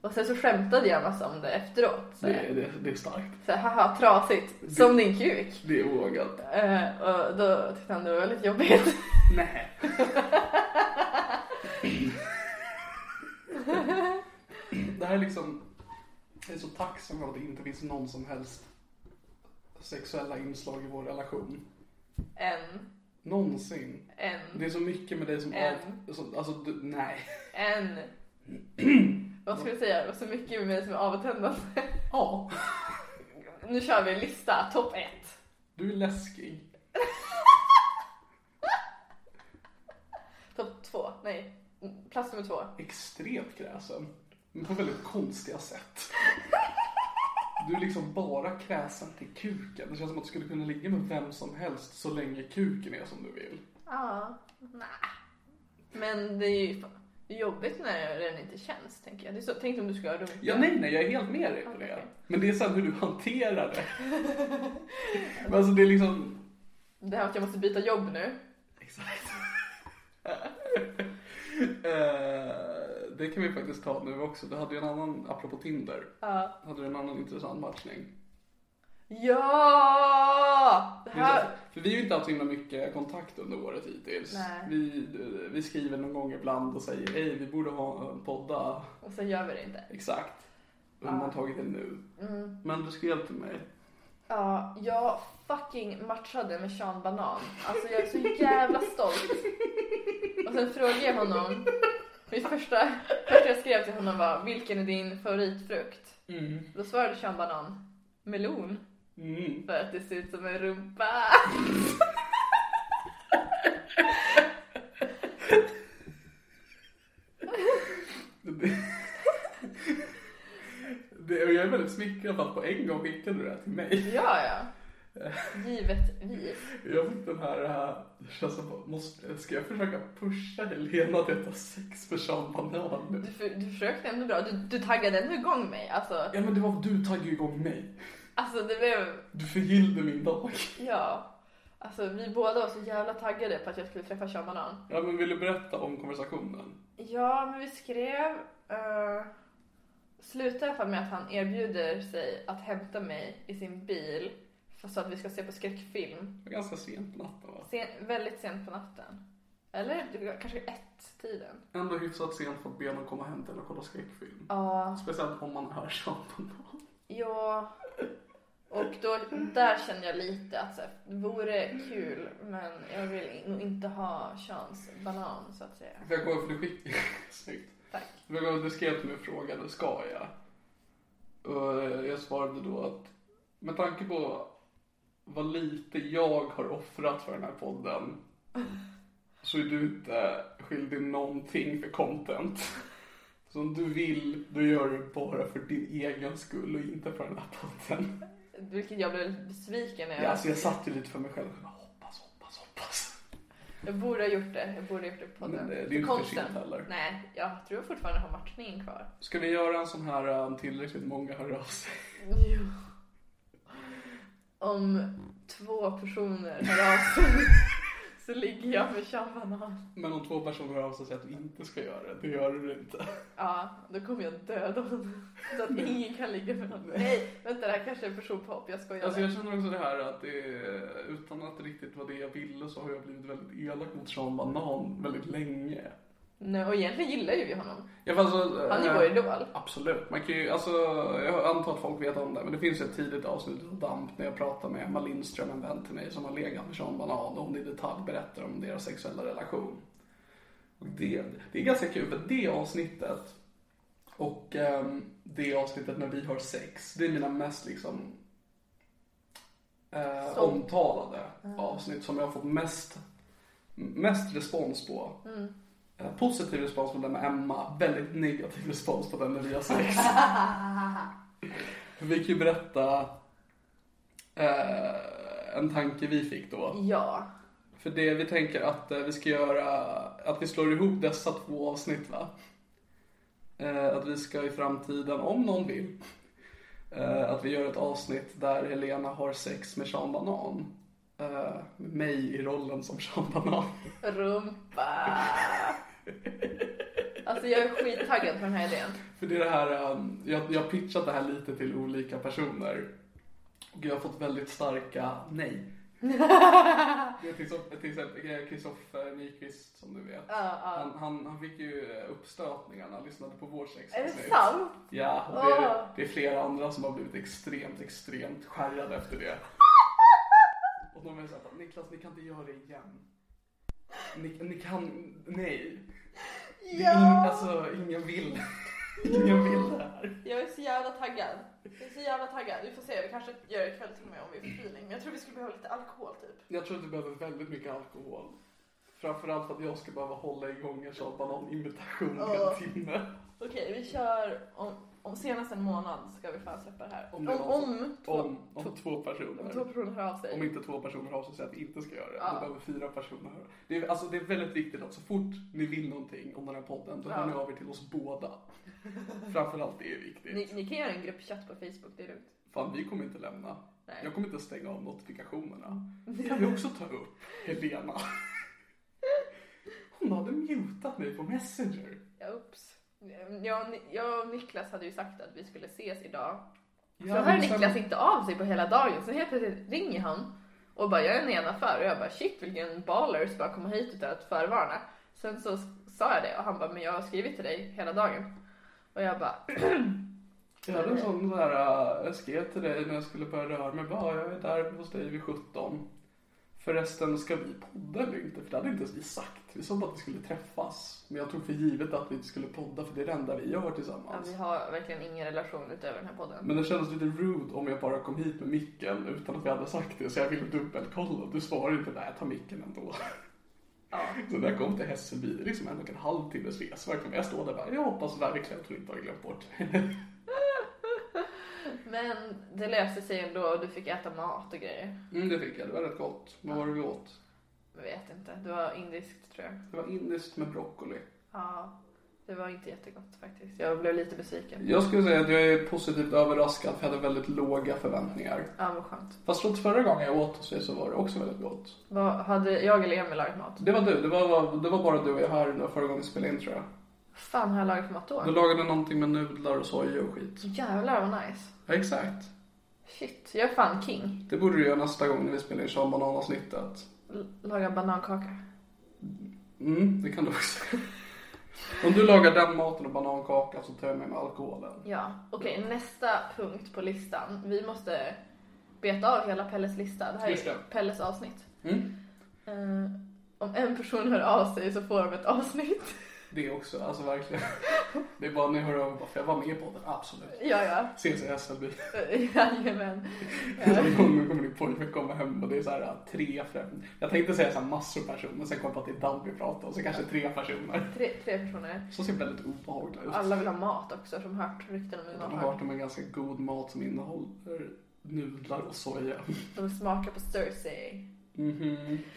Speaker 2: Och sen så skämtade jag massa om det efteråt. Så,
Speaker 4: Det, det, det är starkt.
Speaker 2: så här, haha, trasigt, som din kuk.
Speaker 4: Det är vågat.
Speaker 2: Eh, och då tyckte han det var väldigt jobbigt.
Speaker 4: Nej. det här är liksom... Jag är så tacksam över att det inte finns någon som helst sexuella inslag i vår relation.
Speaker 2: En,
Speaker 4: Någonsin. Det
Speaker 2: en,
Speaker 4: är så mycket med dig som...
Speaker 2: En.
Speaker 4: Av, som alltså, du, nej.
Speaker 2: en. Vad ska jag säga? Och så mycket med mig som är avtändande.
Speaker 4: Ja.
Speaker 2: Nu kör vi en lista, topp ett.
Speaker 4: Du är läskig.
Speaker 2: Topp två, nej. Plats nummer två.
Speaker 4: Extremt kräsen. Men på väldigt konstiga sätt. Du är liksom bara kräsen till kuken. Det känns som att du skulle kunna ligga med vem som helst så länge kuken är som du vill.
Speaker 2: Ja, nej. Men det är ju jobbigt när den inte känns, tänker jag. Det är så, tänk om du ska runka.
Speaker 4: Ja, nej, nej, jag är helt med dig på det. Men det är sen hur du hanterar det. Men alltså det är liksom...
Speaker 2: Det här att jag måste byta jobb nu.
Speaker 4: Exakt. Eh, det kan vi faktiskt ta nu också. Du hade ju en annan, apropå Tinder,
Speaker 2: Ja.
Speaker 4: hade du en annan intressant matchning.
Speaker 2: Ja! Det
Speaker 4: Det är så-
Speaker 2: här...
Speaker 4: För vi har ju inte haft så himla mycket kontakt under året hittills.
Speaker 2: Nej.
Speaker 4: Vi, vi skriver någon gång ibland och säger hej, vi borde ha en podda.
Speaker 2: Och sen gör vi det inte.
Speaker 4: Exakt. Undantaget är nu.
Speaker 2: Mm.
Speaker 4: Men du skrev till mig.
Speaker 2: Ja, jag fucking matchade med Sean Banan. Alltså jag är så jävla stolt. Och sen frågade jag honom. Mitt första, första jag skrev till honom var vilken är din favoritfrukt? Då svarade Sean Banan melon.
Speaker 4: Mm.
Speaker 2: För att det ser ut som en rumpa.
Speaker 4: Det, det, och jag är väldigt smickrad för att på en gång skickade du det här till mig.
Speaker 2: Ja, ja. Givetvis.
Speaker 4: Jag fick den här, äh, det känns som, måste, ska jag försöka pusha Helena till att ha sex med Sean Banan nu?
Speaker 2: Du, för- du försökte ändå bra. Du, du taggade ändå igång mig. Alltså,
Speaker 4: Ja men det var, du taggade ju igång mig.
Speaker 2: alltså det blev...
Speaker 4: Du förgyllde min dag.
Speaker 2: Ja. Alltså vi båda var så jävla taggade på att jag skulle träffa Sean Banan.
Speaker 4: Ja men vill du berätta om konversationen?
Speaker 2: Ja, men vi skrev... Uh, slutade i alla fall med att han erbjuder sig att hämta mig i sin bil för så att vi ska se på skräckfilm.
Speaker 4: Det var ganska sent på natten va?
Speaker 2: Sen, väldigt sent på natten. Eller det var kanske ett-tiden.
Speaker 4: Ändå hyfsat sent för att be någon komma hem till och kolla skräckfilm.
Speaker 2: Ja.
Speaker 4: Speciellt om man är Sean Banan.
Speaker 2: Ja. Och då, där kände jag lite att så här, det vore kul men jag vill nog inte ha chans banan så att säga.
Speaker 4: För jag kommer för du skickade, snyggt.
Speaker 2: Tack.
Speaker 4: Men vad Du skrev till mig och frågade, ska jag? Och eh, jag svarade då att med tanke på vad lite jag har offrat för den här podden så är du inte skyldig någonting för content. Så om du vill, då gör du det bara för din egen skull och inte för den här podden.
Speaker 2: Vilket jag blev besviken över.
Speaker 4: Ja, alltså jag satt ju lite för mig själv och bara, hoppas, hoppas, hoppas.
Speaker 2: Jag borde ha gjort det. Jag borde ha gjort det på
Speaker 4: Men eh,
Speaker 2: podden.
Speaker 4: det- det är
Speaker 2: För
Speaker 4: ju inte för
Speaker 2: konsten.
Speaker 4: sent heller.
Speaker 2: Nej, jag tror jag fortfarande har matchningen kvar.
Speaker 4: Ska vi göra en sån här um, tillräckligt många hör av sig?
Speaker 2: Jo. Om två personer hör av sig så ligger jag med Shambanan.
Speaker 4: Men om två personer hör av sig och säger att vi inte ska göra det, det gör du inte.
Speaker 2: Ja, då kommer jag döda honom. Så att ingen kan ligga med honom. Nej, vänta det här kanske är en personpop. Jag skojar.
Speaker 4: Alltså jag känner också det här att det, är- utan att det riktigt var det jag ville så har jag blivit väldigt elak mot Sean Banan väldigt länge.
Speaker 2: Nej, och egentligen gillar ju vi honom.
Speaker 4: Jag, alltså,
Speaker 2: Han är
Speaker 4: eh,
Speaker 2: vår idol.
Speaker 4: Absolut. Man kan ju, alltså, jag antar att folk vet om det, men det finns ju ett tidigt avsnitt av Damp när jag pratar med Emma Lindström, en vän till mig som har legat med Sean Banan och hon i detalj berättar om deras sexuella relation. Och det, det är ganska kul, för det avsnittet och ehm, det avsnittet när vi har sex, det är mina mest liksom eh,
Speaker 2: Som-
Speaker 4: omtalade avsnitt som jag har fått mest, mest respons på. Eh, Positiv respons på den med Emma, väldigt negativ respons på den när vi har sex. vi kan ju berätta eh, en tanke vi fick då.
Speaker 2: Ja.
Speaker 4: För det vi tänker att eh, vi ska göra, att vi slår ihop dessa två avsnitt va? Eh, att vi ska i framtiden, om någon vill, eh, att vi gör ett avsnitt där Helena har sex med Sean Banan. Eh, med mig i rollen som Sean Banan.
Speaker 2: Rumpa. Alltså jag är skittaggad på den här idén.
Speaker 4: För det är det här, um, jag, jag har pitchat det här lite till olika personer. Och jag har fått väldigt starka nej. Det är till exempel- till exempel Kristoffer Nyqvist som du vet. Han, han, han fick ju eh, uppstötningarna, lyssnade på vår sex.
Speaker 2: Är det sant?
Speaker 4: Ja, och det
Speaker 2: Åh.
Speaker 4: är, det är flera andra som har blivit extremt, extremt skärrade efter det. Och de är såhär, Niklas ni kan inte göra det igen. Ni, ni kan, nej. Det är ing, alltså ingen vill. ingen vill det här.
Speaker 2: Jag är så jävla taggad. Jag är så jävla taggad. Vi får se, vi kanske gör det ikväll till och med om vi får feeling. Men jag tror vi skulle behöva lite alkohol typ.
Speaker 4: Jag tror att du behöver väldigt mycket alkohol. Framförallt för att jag ska behöva hålla igång en Sean Banan-imitation i
Speaker 2: Ja.
Speaker 4: en timme.
Speaker 2: Okej, vi kör om, om senast en månad ska vi fan släppa det här.
Speaker 4: Om
Speaker 2: Om,
Speaker 4: det
Speaker 2: om,
Speaker 4: är någon som-
Speaker 2: två,
Speaker 4: Om, om
Speaker 2: två,
Speaker 4: två
Speaker 2: om två
Speaker 4: personer.
Speaker 2: personer hör av sig.
Speaker 4: Om inte två personer har sig säger att vi inte ska göra det.
Speaker 2: Ja.
Speaker 4: Då behöver fyra personer höra. Det är, alltså, det är väldigt viktigt att så fort ni vill någonting om den här podden, då
Speaker 2: Ja.
Speaker 4: hör ni av er till oss båda. Framförallt det är viktigt.
Speaker 2: ni, ni kan göra en gruppchatt på Facebook, det är lugnt.
Speaker 4: Fan, vi kommer inte lämna.
Speaker 2: Nej.
Speaker 4: Jag kommer inte stänga av notifikationerna. Det kan vi också ta upp. Helena. Hon hade mutat mig på Messenger.
Speaker 2: Ja, ups. Jag, och Ni- jag och Niklas hade ju sagt att vi skulle ses idag.
Speaker 4: Ja,
Speaker 2: så hör
Speaker 4: men sen-
Speaker 2: Niklas inte av sig på hela dagen. Så helt plötsligt ringer han och bara jag är i en egen affär och jag bara shit vilken baller som bara komma hit utan att förvarna. Sen så sa jag det och han bara men jag har skrivit till dig hela dagen. Och jag bara
Speaker 4: Jag hade en sån där, äh, jag skrev till dig när jag skulle börja röra mig. Bara, jag är där hos dig vid 17. Förresten, ska vi podda eller inte? För det hade inte ens vi sagt. Vi sa bara att vi skulle träffas. Men jag tog för givet att vi inte skulle podda för det är det enda vi gör
Speaker 2: ja,
Speaker 4: tillsammans.
Speaker 2: vi har verkligen ingen relation utöver den här podden.
Speaker 4: Men det kändes lite rude om jag bara kom hit med micken utan att vi hade sagt det. Så jag ville dubbelkolla. Du svarade inte, nej jag tar micken ändå.
Speaker 2: Ja.
Speaker 4: Så när jag kom till Hässelby, det är liksom en och en halv timmes resa. Verkligen, Jag står där och bara, jag hoppas verkligen att hon inte har glömt bort mig.
Speaker 2: Men det löste sig ändå och du fick äta mat och grejer.
Speaker 4: Mm, det fick jag. Det var rätt gott. Vad var det vi åt?
Speaker 2: Jag vet inte, det var indiskt tror jag.
Speaker 4: Det var indiskt med broccoli.
Speaker 2: Ja, det var inte jättegott faktiskt. Jag blev lite besviken.
Speaker 4: Jag skulle säga att jag är positivt överraskad för jag hade väldigt låga förväntningar.
Speaker 2: Ja, vad skönt.
Speaker 4: Fast trots förra gången jag åt hos dig så var det också väldigt gott.
Speaker 2: Vad, hade jag eller Emil lagat mat?
Speaker 4: Det var du, det var, det var bara du och jag här när förra gången vi spelade in tror jag.
Speaker 2: fan har jag lagat för mat då?
Speaker 4: Du lagade någonting med nudlar och soja och skit.
Speaker 2: Jävlar vad nice.
Speaker 4: Ja, exakt.
Speaker 2: Shit, jag är fan king.
Speaker 4: Det borde du göra nästa gång när vi spelar in Sean Banan-avsnittet.
Speaker 2: L- laga banankaka.
Speaker 4: Mm, det kan du också. Om du lagar den maten och banankaka så tar jag med mig alkoholen.
Speaker 2: Ja, okej nästa punkt på listan. Vi måste beta av hela Pelles lista. Det här
Speaker 4: Just
Speaker 2: är
Speaker 4: det.
Speaker 2: Pelles avsnitt.
Speaker 4: Mm.
Speaker 2: Eh, om en person hör av sig så får de ett avsnitt.
Speaker 4: Det också, alltså verkligen. Det är bara när jag hör över, bara, för jag var med på det, absolut.
Speaker 2: ja, ja.
Speaker 4: Ses i Hässelby.
Speaker 2: Eh, Jajamän.
Speaker 4: Varje gång min- kommer min pojkvän komma hem och det är så här äh, tre främlingar. Jag tänkte säga så här massor personer, men sen kom jag på att det är Danby vi pratar och så kanske tre personer.
Speaker 2: Tre, tre personer.
Speaker 4: Så ser väldigt obehagliga ut.
Speaker 2: Alla vill ha mat också som hört rykten om hur
Speaker 4: Jag
Speaker 2: man
Speaker 4: har
Speaker 2: har.
Speaker 4: hört om en ganska god mat som innehåller nudlar och soja.
Speaker 2: De smakar på Cersei.
Speaker 4: Mhm.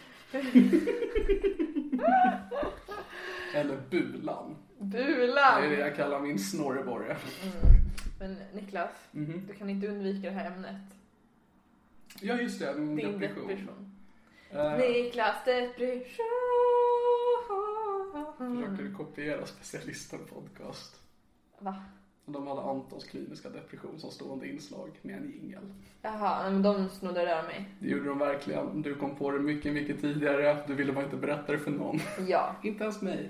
Speaker 4: Eller Bulan. Det är det
Speaker 2: Bulan! Mm.
Speaker 4: jag kallar min snorreborre.
Speaker 2: Men Niklas,
Speaker 4: Mhm.
Speaker 2: du kan inte undvika det här ämnet.
Speaker 4: Ja just det, min
Speaker 2: Din
Speaker 4: depression.
Speaker 2: depression.
Speaker 4: Eh,
Speaker 2: Niklas depression.
Speaker 4: Försöker kopiera specialisten podcast.
Speaker 2: Va?
Speaker 4: De hade Antons kliniska depression som stående inslag med en jingel.
Speaker 2: Jaha, nej, men de snodde rör mig.
Speaker 4: Det gjorde de verkligen. Du kom på det mycket, mycket tidigare. Du ville bara inte berätta det för någon.
Speaker 2: Ja.
Speaker 4: inte ens mig.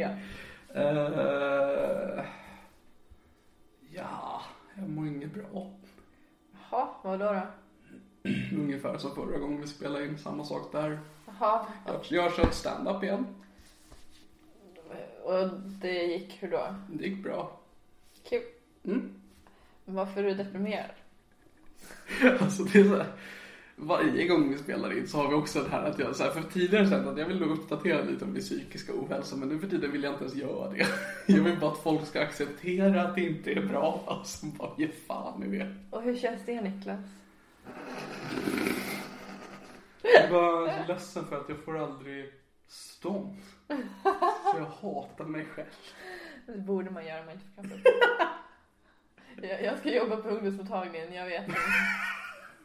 Speaker 2: ja.
Speaker 4: Eh, ja, jag mår inget bra.
Speaker 2: Jaha, vadå då?
Speaker 4: Ungefär som förra gången vi spelade in, samma sak där.
Speaker 2: Jaha,
Speaker 4: Jag- Jag har kört stand-up igen.
Speaker 2: och det gick hur då?
Speaker 4: Det gick bra.
Speaker 2: Kul.
Speaker 4: Mm.
Speaker 2: Varför är du deprimerad?
Speaker 4: Alltså det är så här, varje gång vi spelar in så har vi också det här att jag så här, för tidigare känt att jag vill nog uppdatera lite om min psykiska ohälsa men nu för tiden vill jag inte ens göra det. Jag vill bara att folk ska acceptera att det inte är bra. Alltså bara ge fan i det.
Speaker 2: Och hur känns det Niklas?
Speaker 4: Jag var så ledsen för att jag får aldrig stånd. Så jag hatar mig själv.
Speaker 2: Det borde man göra om man inte får kaffe. jag, jag ska jobba på ungdomsmottagningen, jag vet.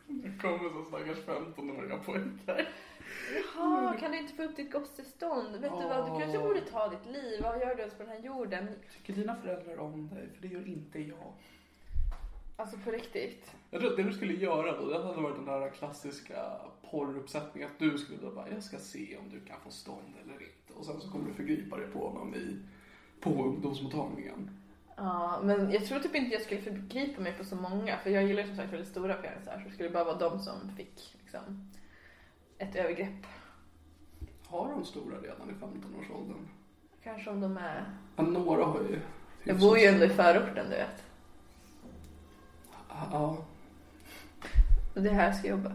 Speaker 4: Det kommer så stackars 15-åriga pojkar.
Speaker 2: Jaha, kan du inte få upp ditt gostestånd? Vet du vad, du kanske borde ta ditt liv. Vad gör du ens på den här jorden?
Speaker 4: Tycker dina föräldrar om dig? För det gör inte jag.
Speaker 2: Alltså på riktigt.
Speaker 4: Jag tror att det du skulle göra då, det hade varit den där klassiska porruppsättningen att du skulle då bara, jag ska se om du kan få stånd eller inte. Och sen så kommer du förgripa dig på honom i, på ungdomsmottagningen.
Speaker 2: Ja, men jag tror typ inte jag skulle förgripa mig på så många. För jag gillar som sagt väldigt stora penisar. Så det skulle bara vara de som fick liksom, ett övergrepp.
Speaker 4: Har de stora redan i 15-årsåldern?
Speaker 2: Kanske om de är...
Speaker 4: Ja, några har ju.
Speaker 2: Jag bor ju ändå i förorten, du vet.
Speaker 4: Ja.
Speaker 2: Och det är här jag ska jobba.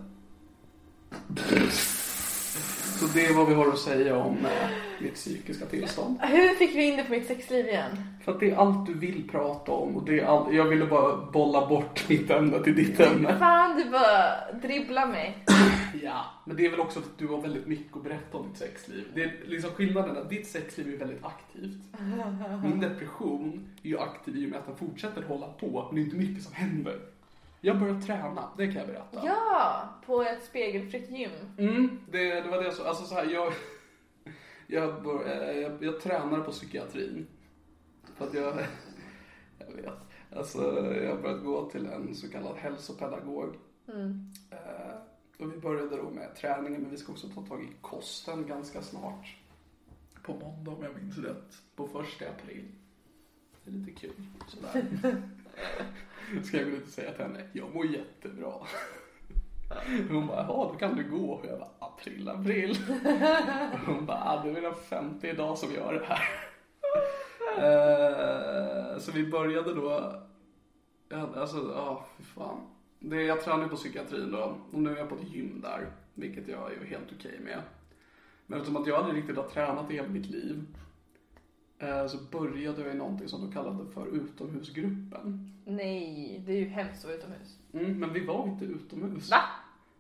Speaker 4: Så det är vad vi har att säga om eh, mitt psykiska tillstånd.
Speaker 2: Hur fick vi in det på mitt sexliv igen?
Speaker 4: För att det är allt du vill prata om och det är allt, jag ville bara bolla bort mitt ämne till ditt ämne.
Speaker 2: Fan, du bara dribblar mig.
Speaker 4: Ja, men det är väl också för att du har väldigt mycket att berätta om ditt sexliv. Det är liksom skillnaden att ditt sexliv är väldigt aktivt. Min depression är ju aktiv i och med att den fortsätter hålla på, men det är inte mycket som händer. Jag börjar träna, det kan jag berätta.
Speaker 2: Ja, på ett spegelfritt gym.
Speaker 4: Mm, det, det var det jag sa. Alltså så här, jag, jag, bör, eh, jag, jag tränar på psykiatrin. För att jag, jag vet. Alltså, jag har börjat gå till en så kallad hälsopedagog. Eh, och vi började då med träningen, men vi ska också ta tag i kosten ganska snart. På måndag om jag minns rätt. På första april. Det är lite kul. Sådär. Ska jag gå ut och säga till henne, jag mår jättebra. Hon bara, ja då kan du gå. Och jag bara, april, april. Hon bara, ah, det är mina 50 idag som gör det här. Eh, så vi började då, ja, alltså ja, fy fan. Det, jag tränar på psykiatrin då och nu är jag på ett gym där, vilket jag är helt okej med. Men eftersom att jag aldrig riktigt har tränat i hela mitt liv eh, så började jag i någonting som de kallade för utomhusgruppen.
Speaker 2: Nej, det är ju hemskt att vara utomhus.
Speaker 4: Mm, men vi var inte utomhus.
Speaker 2: Va?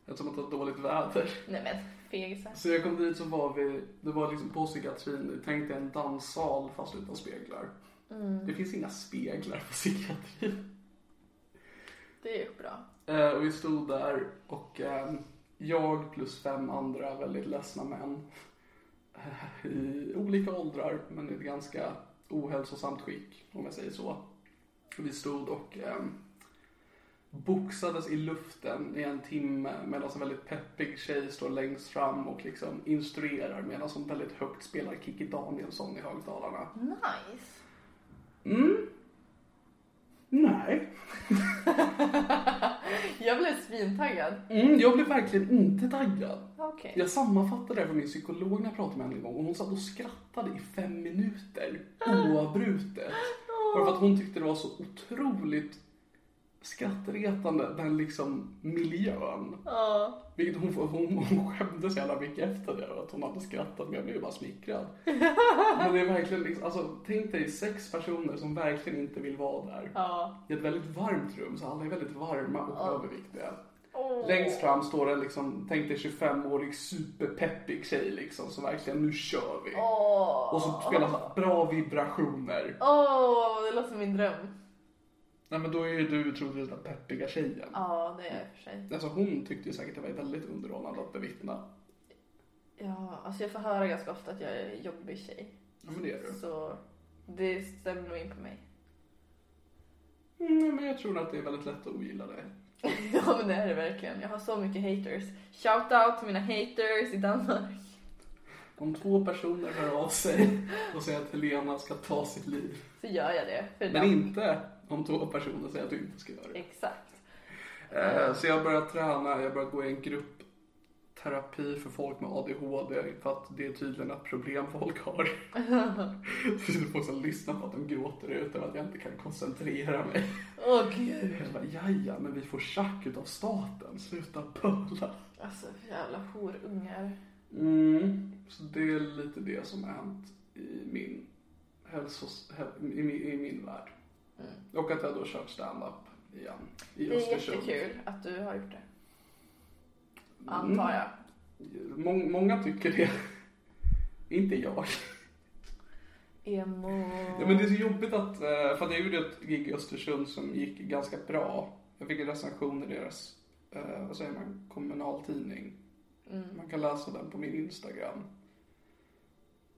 Speaker 4: Eftersom att det var dåligt väder.
Speaker 2: Nej men, fegisar.
Speaker 4: Så jag kom dit så var vi, det var liksom på psykiatrin, tänk dig en danssal fast utan speglar. Det finns inga speglar på psykiatrin.
Speaker 2: Det är ju bra.
Speaker 4: Eh, och vi stod där och eh, jag plus fem andra väldigt ledsna män eh, i olika åldrar men i ett ganska ohälsosamt skick om jag säger så. Vi stod och eh, boxades i luften i en timme medan en väldigt peppig tjej står längst fram och liksom instruerar medan hon väldigt högt spelar Kikki Danielsson i högtalarna.
Speaker 2: Nice.
Speaker 4: Mm. Nej.
Speaker 2: Jag blev svintaggad.
Speaker 4: Mm, jag blev verkligen inte taggad.
Speaker 2: Okej.
Speaker 4: Jag sammanfattade det för min psykolog när jag pratade med henne en gång och hon satt och skrattade i fem minuter oavbrutet. Bara för att hon tyckte det var så otroligt skrattretande, den liksom miljön.
Speaker 2: Ja.
Speaker 4: Vilket hon, hon, hon skämdes så jävla mycket efter det och att hon hade skrattat men jag blev ju bara smickrad. Men det är verkligen liksom, alltså tänk dig sex personer som verkligen inte vill vara där.
Speaker 2: Ja.
Speaker 4: I ett väldigt varmt rum så alla är väldigt varma och överviktiga. Längst fram står det liksom, tänk dig 25-årig superpeppig tjej liksom som verkligen nu kör vi.
Speaker 2: Åh,
Speaker 4: Och så spelas bra vibrationer.
Speaker 2: Åh, det låter som min dröm.
Speaker 4: Nej men då är ju du troligtvis den peppiga tjejen.
Speaker 2: Ja, det är jag i och för sig.
Speaker 4: Alltså hon tyckte ju säkert det var väldigt underhållande att bevittna.
Speaker 2: Ja, alltså jag får höra ganska ofta att jag är en jobbig tjej.
Speaker 4: Ja men det är du.
Speaker 2: Så det stämmer nog in på mig.
Speaker 4: Mm, men jag tror att det är väldigt lätt att ogilla dig.
Speaker 2: ja men det är det verkligen. Jag har så mycket haters. Shout out till mina haters i Danmark.
Speaker 4: Om två personer hör av sig och säger att Helena ska ta sitt liv.
Speaker 2: Så gör jag det. För
Speaker 4: Men
Speaker 2: dem.
Speaker 4: inte om två personer säger att du inte ska göra det.
Speaker 2: Exakt.
Speaker 4: Eh, Så jag har börjat träna, jag har börjat gå i en gruppterapi för folk med ADHD för att det är tydligen ett problem folk har. Det finns folk som lyssnar på att de gråter ut över att jag inte kan koncentrera mig.
Speaker 2: Åh gud.
Speaker 4: Jag bara, jaja, men vi får schack utav staten, sluta pöla.
Speaker 2: Alltså jävla horungar.
Speaker 4: Mm. Så det är lite det som har hänt i min, hälsos, hä- i min, i min värld. Och att jag då kört stand-up igen i
Speaker 2: Mm. Det är
Speaker 4: Östersund.
Speaker 2: jättekul att du har gjort det.
Speaker 4: Mm.
Speaker 2: Antar jag.
Speaker 4: Mång, många tycker det. Inte jag.
Speaker 2: Emo.
Speaker 4: Ja, men det är så jobbigt att, eh, för att jag gjorde ett gig i Östersund som gick ganska bra. Jag fick en recension i deras, eh, vad säger man, kommunaltidning. Man kan läsa den på min Instagram.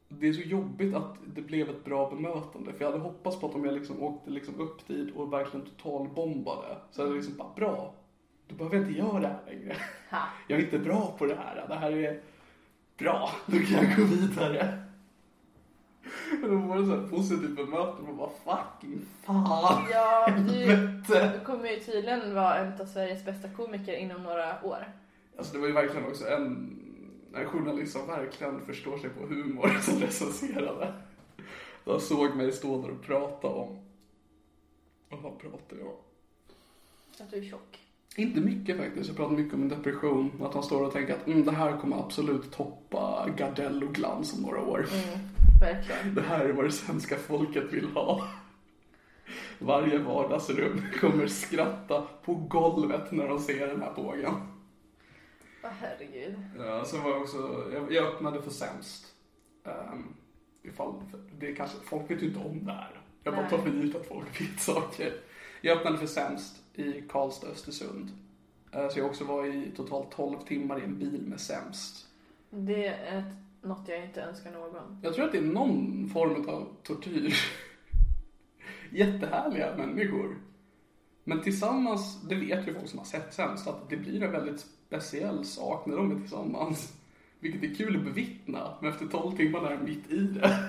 Speaker 4: Det är så jobbigt att det blev ett bra bemötande. För jag hade hoppats på att om jag liksom åkte liksom upp dit och verkligen totalbombade. Så hade jag liksom bara, bra. Då behöver jag inte göra det här längre.
Speaker 2: Ha.
Speaker 4: Jag är inte bra på det här. Det här är bra. Då kan jag gå vidare. Men då var det så här positivt bemötande. Man bara fucking fan.
Speaker 2: Ja, du,
Speaker 4: Helvete.
Speaker 2: du kommer ju tydligen vara en av Sveriges bästa komiker inom några år.
Speaker 4: Alltså det var ju verkligen också en, en journalist som verkligen förstår sig på humor som recenserade. De såg mig stå där och prata om, och vad pratar jag om?
Speaker 2: Att du är tjock.
Speaker 4: Inte mycket faktiskt. Jag pratar mycket om min depression. Att han står och tänker att mm, det här kommer absolut toppa Gardell och Glans om några år.
Speaker 2: Verkligen.
Speaker 4: Det här är vad det svenska folket vill ha. Varje vardagsrum kommer skratta på golvet när de ser den här bågen.
Speaker 2: Åh herregud.
Speaker 4: Ja, Eh, sen var jag också, jag, jag öppnade för sämst. Um, ifall, det är kanske, folk vet ju inte om det här. Jag bara
Speaker 2: Nej.
Speaker 4: tar för givet att folk vet saker. Jag öppnade för sämst i Karlstad, Östersund. Eh, så jag också var i totalt 12 timmar i en bil med sämst.
Speaker 2: Det är ett, något jag inte önskar någon.
Speaker 4: Jag tror att det är någon form av tortyr. Jättehärliga människor. Men tillsammans, det vet ju folk som har sett sämst, att det blir en väldigt speciell sak när de är tillsammans. Vilket är kul att bevittna, men efter 12 timmar är de mitt i det.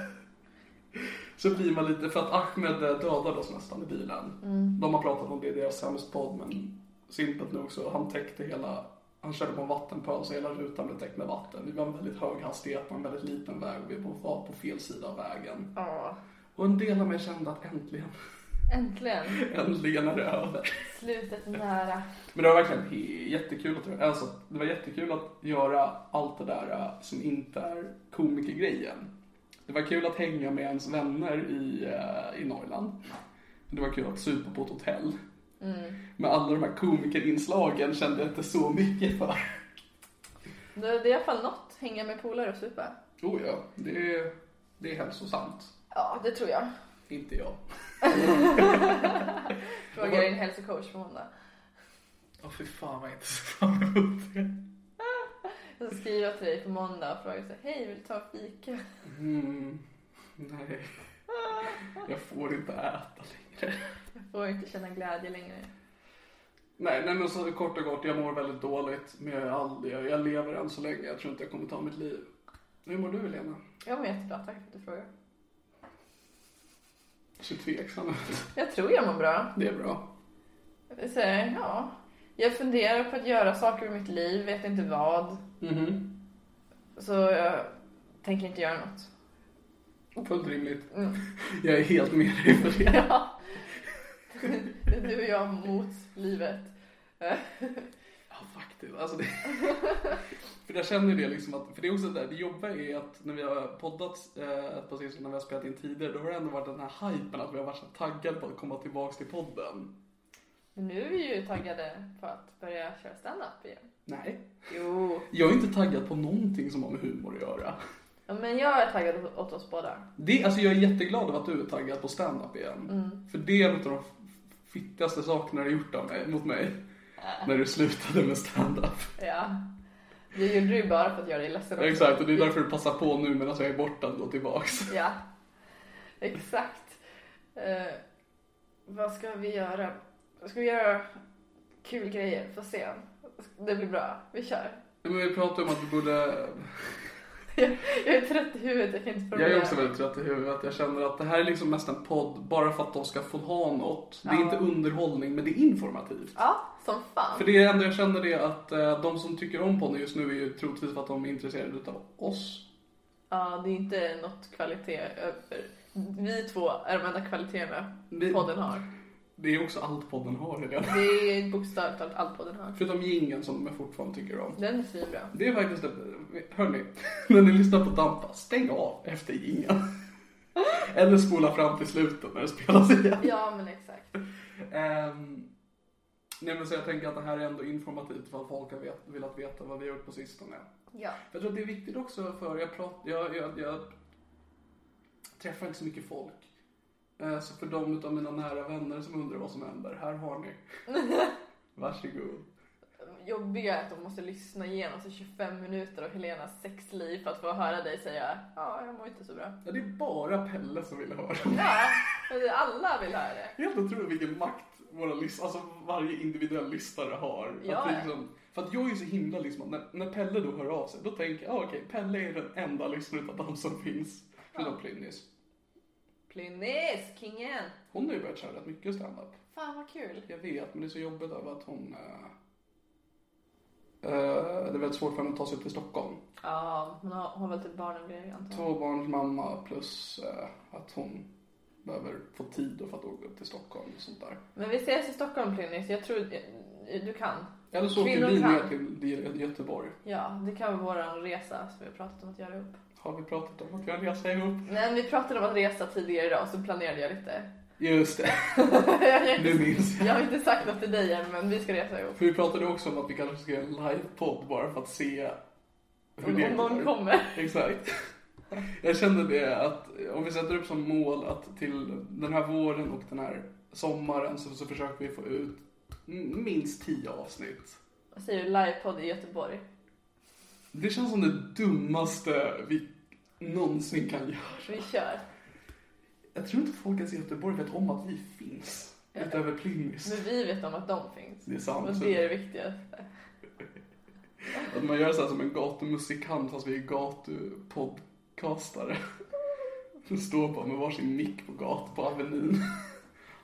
Speaker 4: Så blir man lite, för att Ahmed eh, dödade oss nästan i bilen. De har pratat om det i deras sämst-podd, men simpelt nog så han täckte hela, han körde på en vattenpöl så hela rutan blev täckt med vatten. Vi var en väldigt hög hastighet på en väldigt liten väg och vi var på fel sida av vägen.
Speaker 2: Ja.
Speaker 4: Och en del av mig kände att äntligen,
Speaker 2: Äntligen.
Speaker 4: äntligen är det över.
Speaker 2: Slutet nära.
Speaker 4: Men det var verkligen he- jättekul att, alltså, det var jättekul att göra allt det där eh, som inte är komikergrejen. Det var kul att hänga med ens vänner i, eh, i Norrland. Det var kul att supa på ett hotell. Men alla de här komikerinslagen kände jag inte så mycket för.
Speaker 2: Det det är i alla fall något. Hänga med polare och supa.
Speaker 4: Oh ja, det är, det är hälsosamt.
Speaker 2: Ja, det tror jag.
Speaker 4: Inte jag.
Speaker 2: Frågar din hälsocoach på måndag.
Speaker 4: Ja, fy fan vad jag inte ser fram emot det.
Speaker 2: Så skriver jag till dig på måndag och frågar så här, hej vill du ta en fika?
Speaker 4: Mm, nej. Jag får inte äta längre.
Speaker 2: Jag får inte känna glädje längre.
Speaker 4: Nej, nej men så kort och gott, jag mår väldigt dåligt. Men jag, är aldrig, jag, jag lever än så länge. Jag tror inte jag kommer ta mitt liv. Hur mår du Helena?
Speaker 2: Jag mår jättebra, tack för att du frågar.
Speaker 4: Jag ser tveksam ut.
Speaker 2: Jag tror jag mår bra.
Speaker 4: Det är bra.
Speaker 2: Det är så här, ja. Jag funderar på att göra saker med mitt liv, vet inte vad.
Speaker 4: Mhm.
Speaker 2: Så jag tänker inte göra något.
Speaker 4: Fullt rimligt. Jag är helt med dig för det.
Speaker 2: Ja. Det är du och jag mot livet.
Speaker 4: Ja, faktiskt. Alltså det... för jag känner ju det liksom att, för det är också det där, det jobbiga är att när vi har poddat eh, på sistone, när vi har spelat in tidigare, då har det ändå varit den här hypen att vi har varit så taggade på att komma tillbaks till podden.
Speaker 2: Men nu är vi ju taggade på att börja köra stand-up igen.
Speaker 4: Nej.
Speaker 2: Jo.
Speaker 4: Jag är inte taggad på någonting som har med humor att göra.
Speaker 2: Ja, men jag är taggad åt oss båda.
Speaker 4: Det, alltså jag är jätteglad över att du är taggad på stand-up igen. För det är en av de fittigaste sakerna du har gjort av mig, mot mig. När du slutade med stand-up.
Speaker 2: Ja. Det gjorde du ju bara för att göra dig ledsen också.
Speaker 4: Exakt, och det är därför du passar på nu medan jag är borta att gå tillbaks.
Speaker 2: Ja. Exakt. Eh, vad ska vi göra? Ska vi göra kul grejer på scen? Det blir bra. Vi kör.
Speaker 4: Men vi pratade om att du borde...
Speaker 2: Jag, jag är trött i huvudet. Jag kan inte
Speaker 4: Jag är
Speaker 2: formulera.
Speaker 4: också väldigt trött i huvudet. Jag känner att det här är liksom mest en podd bara för att de ska få ha något. Det är inte underhållning, men det är informativt.
Speaker 2: Ja, som fan.
Speaker 4: För det enda jag känner är att eh, de som tycker om podden just nu är ju troligtvis för att de är intresserade utav oss.
Speaker 2: Ja, det är inte något kvalitet över... Vi två är de enda kvaliteterna
Speaker 4: Vi-
Speaker 2: podden har.
Speaker 4: Det är också allt podden har redan.
Speaker 2: Det är bokstavligt talat allt podden har.
Speaker 4: Förutom jingeln som jag fortfarande tycker om.
Speaker 2: Den är svinbra.
Speaker 4: Det är faktiskt det. Hörni, när ni lyssnar på Dampa, stäng av efter jingeln. Eller spola fram till slutet när det spelas igen.
Speaker 2: Ja, men exakt.
Speaker 4: Ehm, nej men så jag tänker att det här är ändå informativt ifall folk har vet, velat veta vad vi har gjort på sistone.
Speaker 2: Ja.
Speaker 4: Jag tror att det är viktigt också för jag, prat, jag, jag, jag träffar inte så mycket folk. Eh, så för de utav mina nära vänner som undrar vad som händer, här har ni. Varsågod.
Speaker 2: Jobbiga är att de måste lyssna igenom sig 25 minuter av Helenas sexliv för att få höra dig säga ja, jag mår inte så bra.
Speaker 4: Ja, det är bara Pelle som vill höra.
Speaker 2: Ja, men alla vill höra det.
Speaker 4: Helt otroligt vilken makt våra lys- alltså varje individuell lyssnare har.
Speaker 2: Ja,
Speaker 4: att det
Speaker 2: ja.
Speaker 4: liksom, för att jag är ju så himla liksom, när, när Pelle då hör av sig, då tänker jag ah, okej, Pelle är den enda lyssnaren av dem som finns. Förutom Plynnis.
Speaker 2: Plynnis, kingen!
Speaker 4: Hon har ju börjat köra rätt mycket stand-up.
Speaker 2: Fan vad kul.
Speaker 4: Jag vet, men det är så jobbigt över att hon... eh, eh, det är väldigt svårt för henne att ta sig upp till Stockholm.
Speaker 2: Ja, hon har, hon har väl typ barn och grejer antar jag.
Speaker 4: Två barns mamma plus eh, att hon behöver få tid då för att åka upp till Stockholm och sånt där.
Speaker 2: Men vi ses i Stockholm Plynnis, jag tror du kan.
Speaker 4: Eller så åker
Speaker 2: Kvinnor
Speaker 4: vi
Speaker 2: kan.
Speaker 4: ner till Gö- Göteborg.
Speaker 2: Ja, det kan vara våran resa som vi har pratat om att göra upp.
Speaker 4: Har vi pratat om att göra en resa ihop?
Speaker 2: Nej, men vi pratade om att resa tidigare idag så planerade jag lite.
Speaker 4: Just det,
Speaker 2: jag, har
Speaker 4: nu
Speaker 2: inte,
Speaker 4: minns jag.
Speaker 2: jag har inte sagt något till dig än men vi ska resa ihop.
Speaker 4: För vi pratade också om att vi kanske ska göra en livepodd bara för att se hur
Speaker 2: Om,
Speaker 4: det
Speaker 2: om
Speaker 4: går.
Speaker 2: någon kommer.
Speaker 4: Exakt. Jag kände det att om vi sätter upp som mål att till den här våren och den här sommaren så, så försöker vi få ut m- minst tio avsnitt.
Speaker 2: Vad säger du? Livepodd i Göteborg.
Speaker 4: Det känns som det dummaste vi någonsin kan göra.
Speaker 2: Vi kör.
Speaker 4: Jag tror inte folk ens i Göteborg vet om att vi finns. Utöver Plynnis.
Speaker 2: Men vi vet om att de finns.
Speaker 4: Det är sant.
Speaker 2: Och det är det viktigaste.
Speaker 4: Att man gör så här som en gatumusikant fast vi är gatupodcastare. Som står bara med varsin mick på gat på Avenyn.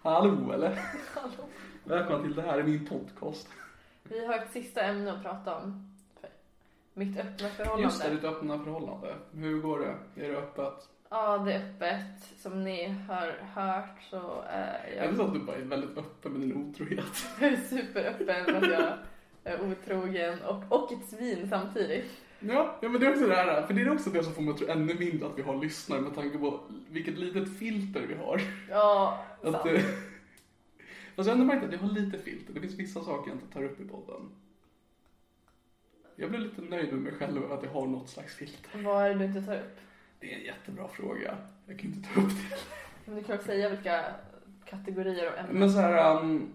Speaker 4: Hallå eller?
Speaker 2: Hallå.
Speaker 4: Välkomna till det här är min podcast.
Speaker 2: Vi har ett sista ämne att prata om. Mitt öppna förhållande.
Speaker 4: Just det, ditt öppna förhållande. Hur går det? Är det öppet?
Speaker 2: Ja, det är öppet. Som ni har hört så är
Speaker 4: Är det
Speaker 2: jag,
Speaker 4: så att du bara är väldigt öppen med din otrohet?
Speaker 2: jag är superöppen med att jag är otrogen och, och ett svin samtidigt.
Speaker 4: Ja, ja, men det är också det här. För det är också det som får mig att tro ännu mindre att vi har lyssnare med tanke på vilket litet filter vi har.
Speaker 2: Ja,
Speaker 4: Att,
Speaker 2: sant.
Speaker 4: eh, fast jag har ändå märkt att jag har lite filter. Det finns vissa saker jag inte tar upp i podden. Jag blev lite nöjd med mig själv över att jag har något slags filter.
Speaker 2: Vad är det du inte tar upp?
Speaker 4: Det är en jättebra fråga. Jag kan inte ta upp det.
Speaker 2: Men du kan väl säga vilka kategorier och ämnen.
Speaker 4: Men så här, um,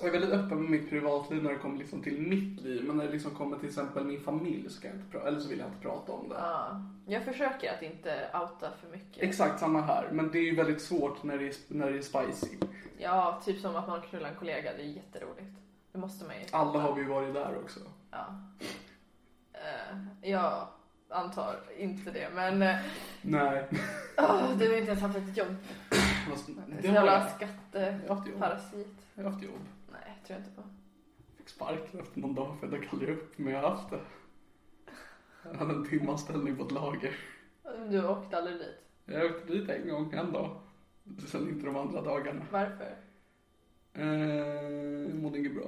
Speaker 4: jag är väldigt öppen med mitt privatliv när det kommer liksom till mitt liv. Men när det liksom kommer till exempel min familj så, kan jag inte pra- eller så vill jag inte prata om det.
Speaker 2: Ja, jag försöker att inte outa för mycket.
Speaker 4: Exakt samma här, men det är ju väldigt svårt när det är, när det är spicy.
Speaker 2: Ja, typ som att man knullar en kollega. Det är jätteroligt. Det måste man ju.
Speaker 4: Alla har vi ju varit där också.
Speaker 2: Ja. Eh, jag antar inte det, men eh,
Speaker 4: Nej.
Speaker 2: åh, du har inte ens haft ett jobb.
Speaker 4: Fast det har jag.
Speaker 2: Jävla
Speaker 4: Jag har haft jobb.
Speaker 2: skatteparasit.
Speaker 4: Jag har haft jobb.
Speaker 2: Nej, tror jag inte på.
Speaker 4: fick sparken efter någon dag för att jag kallade upp, men jag har haft det. Jag hade en timmanställning på ett lager.
Speaker 2: Du åkte aldrig dit.
Speaker 4: Jag åkte dit en gång, en dag. Sen inte de andra dagarna.
Speaker 2: Varför?
Speaker 4: Eh, mådde inget bra.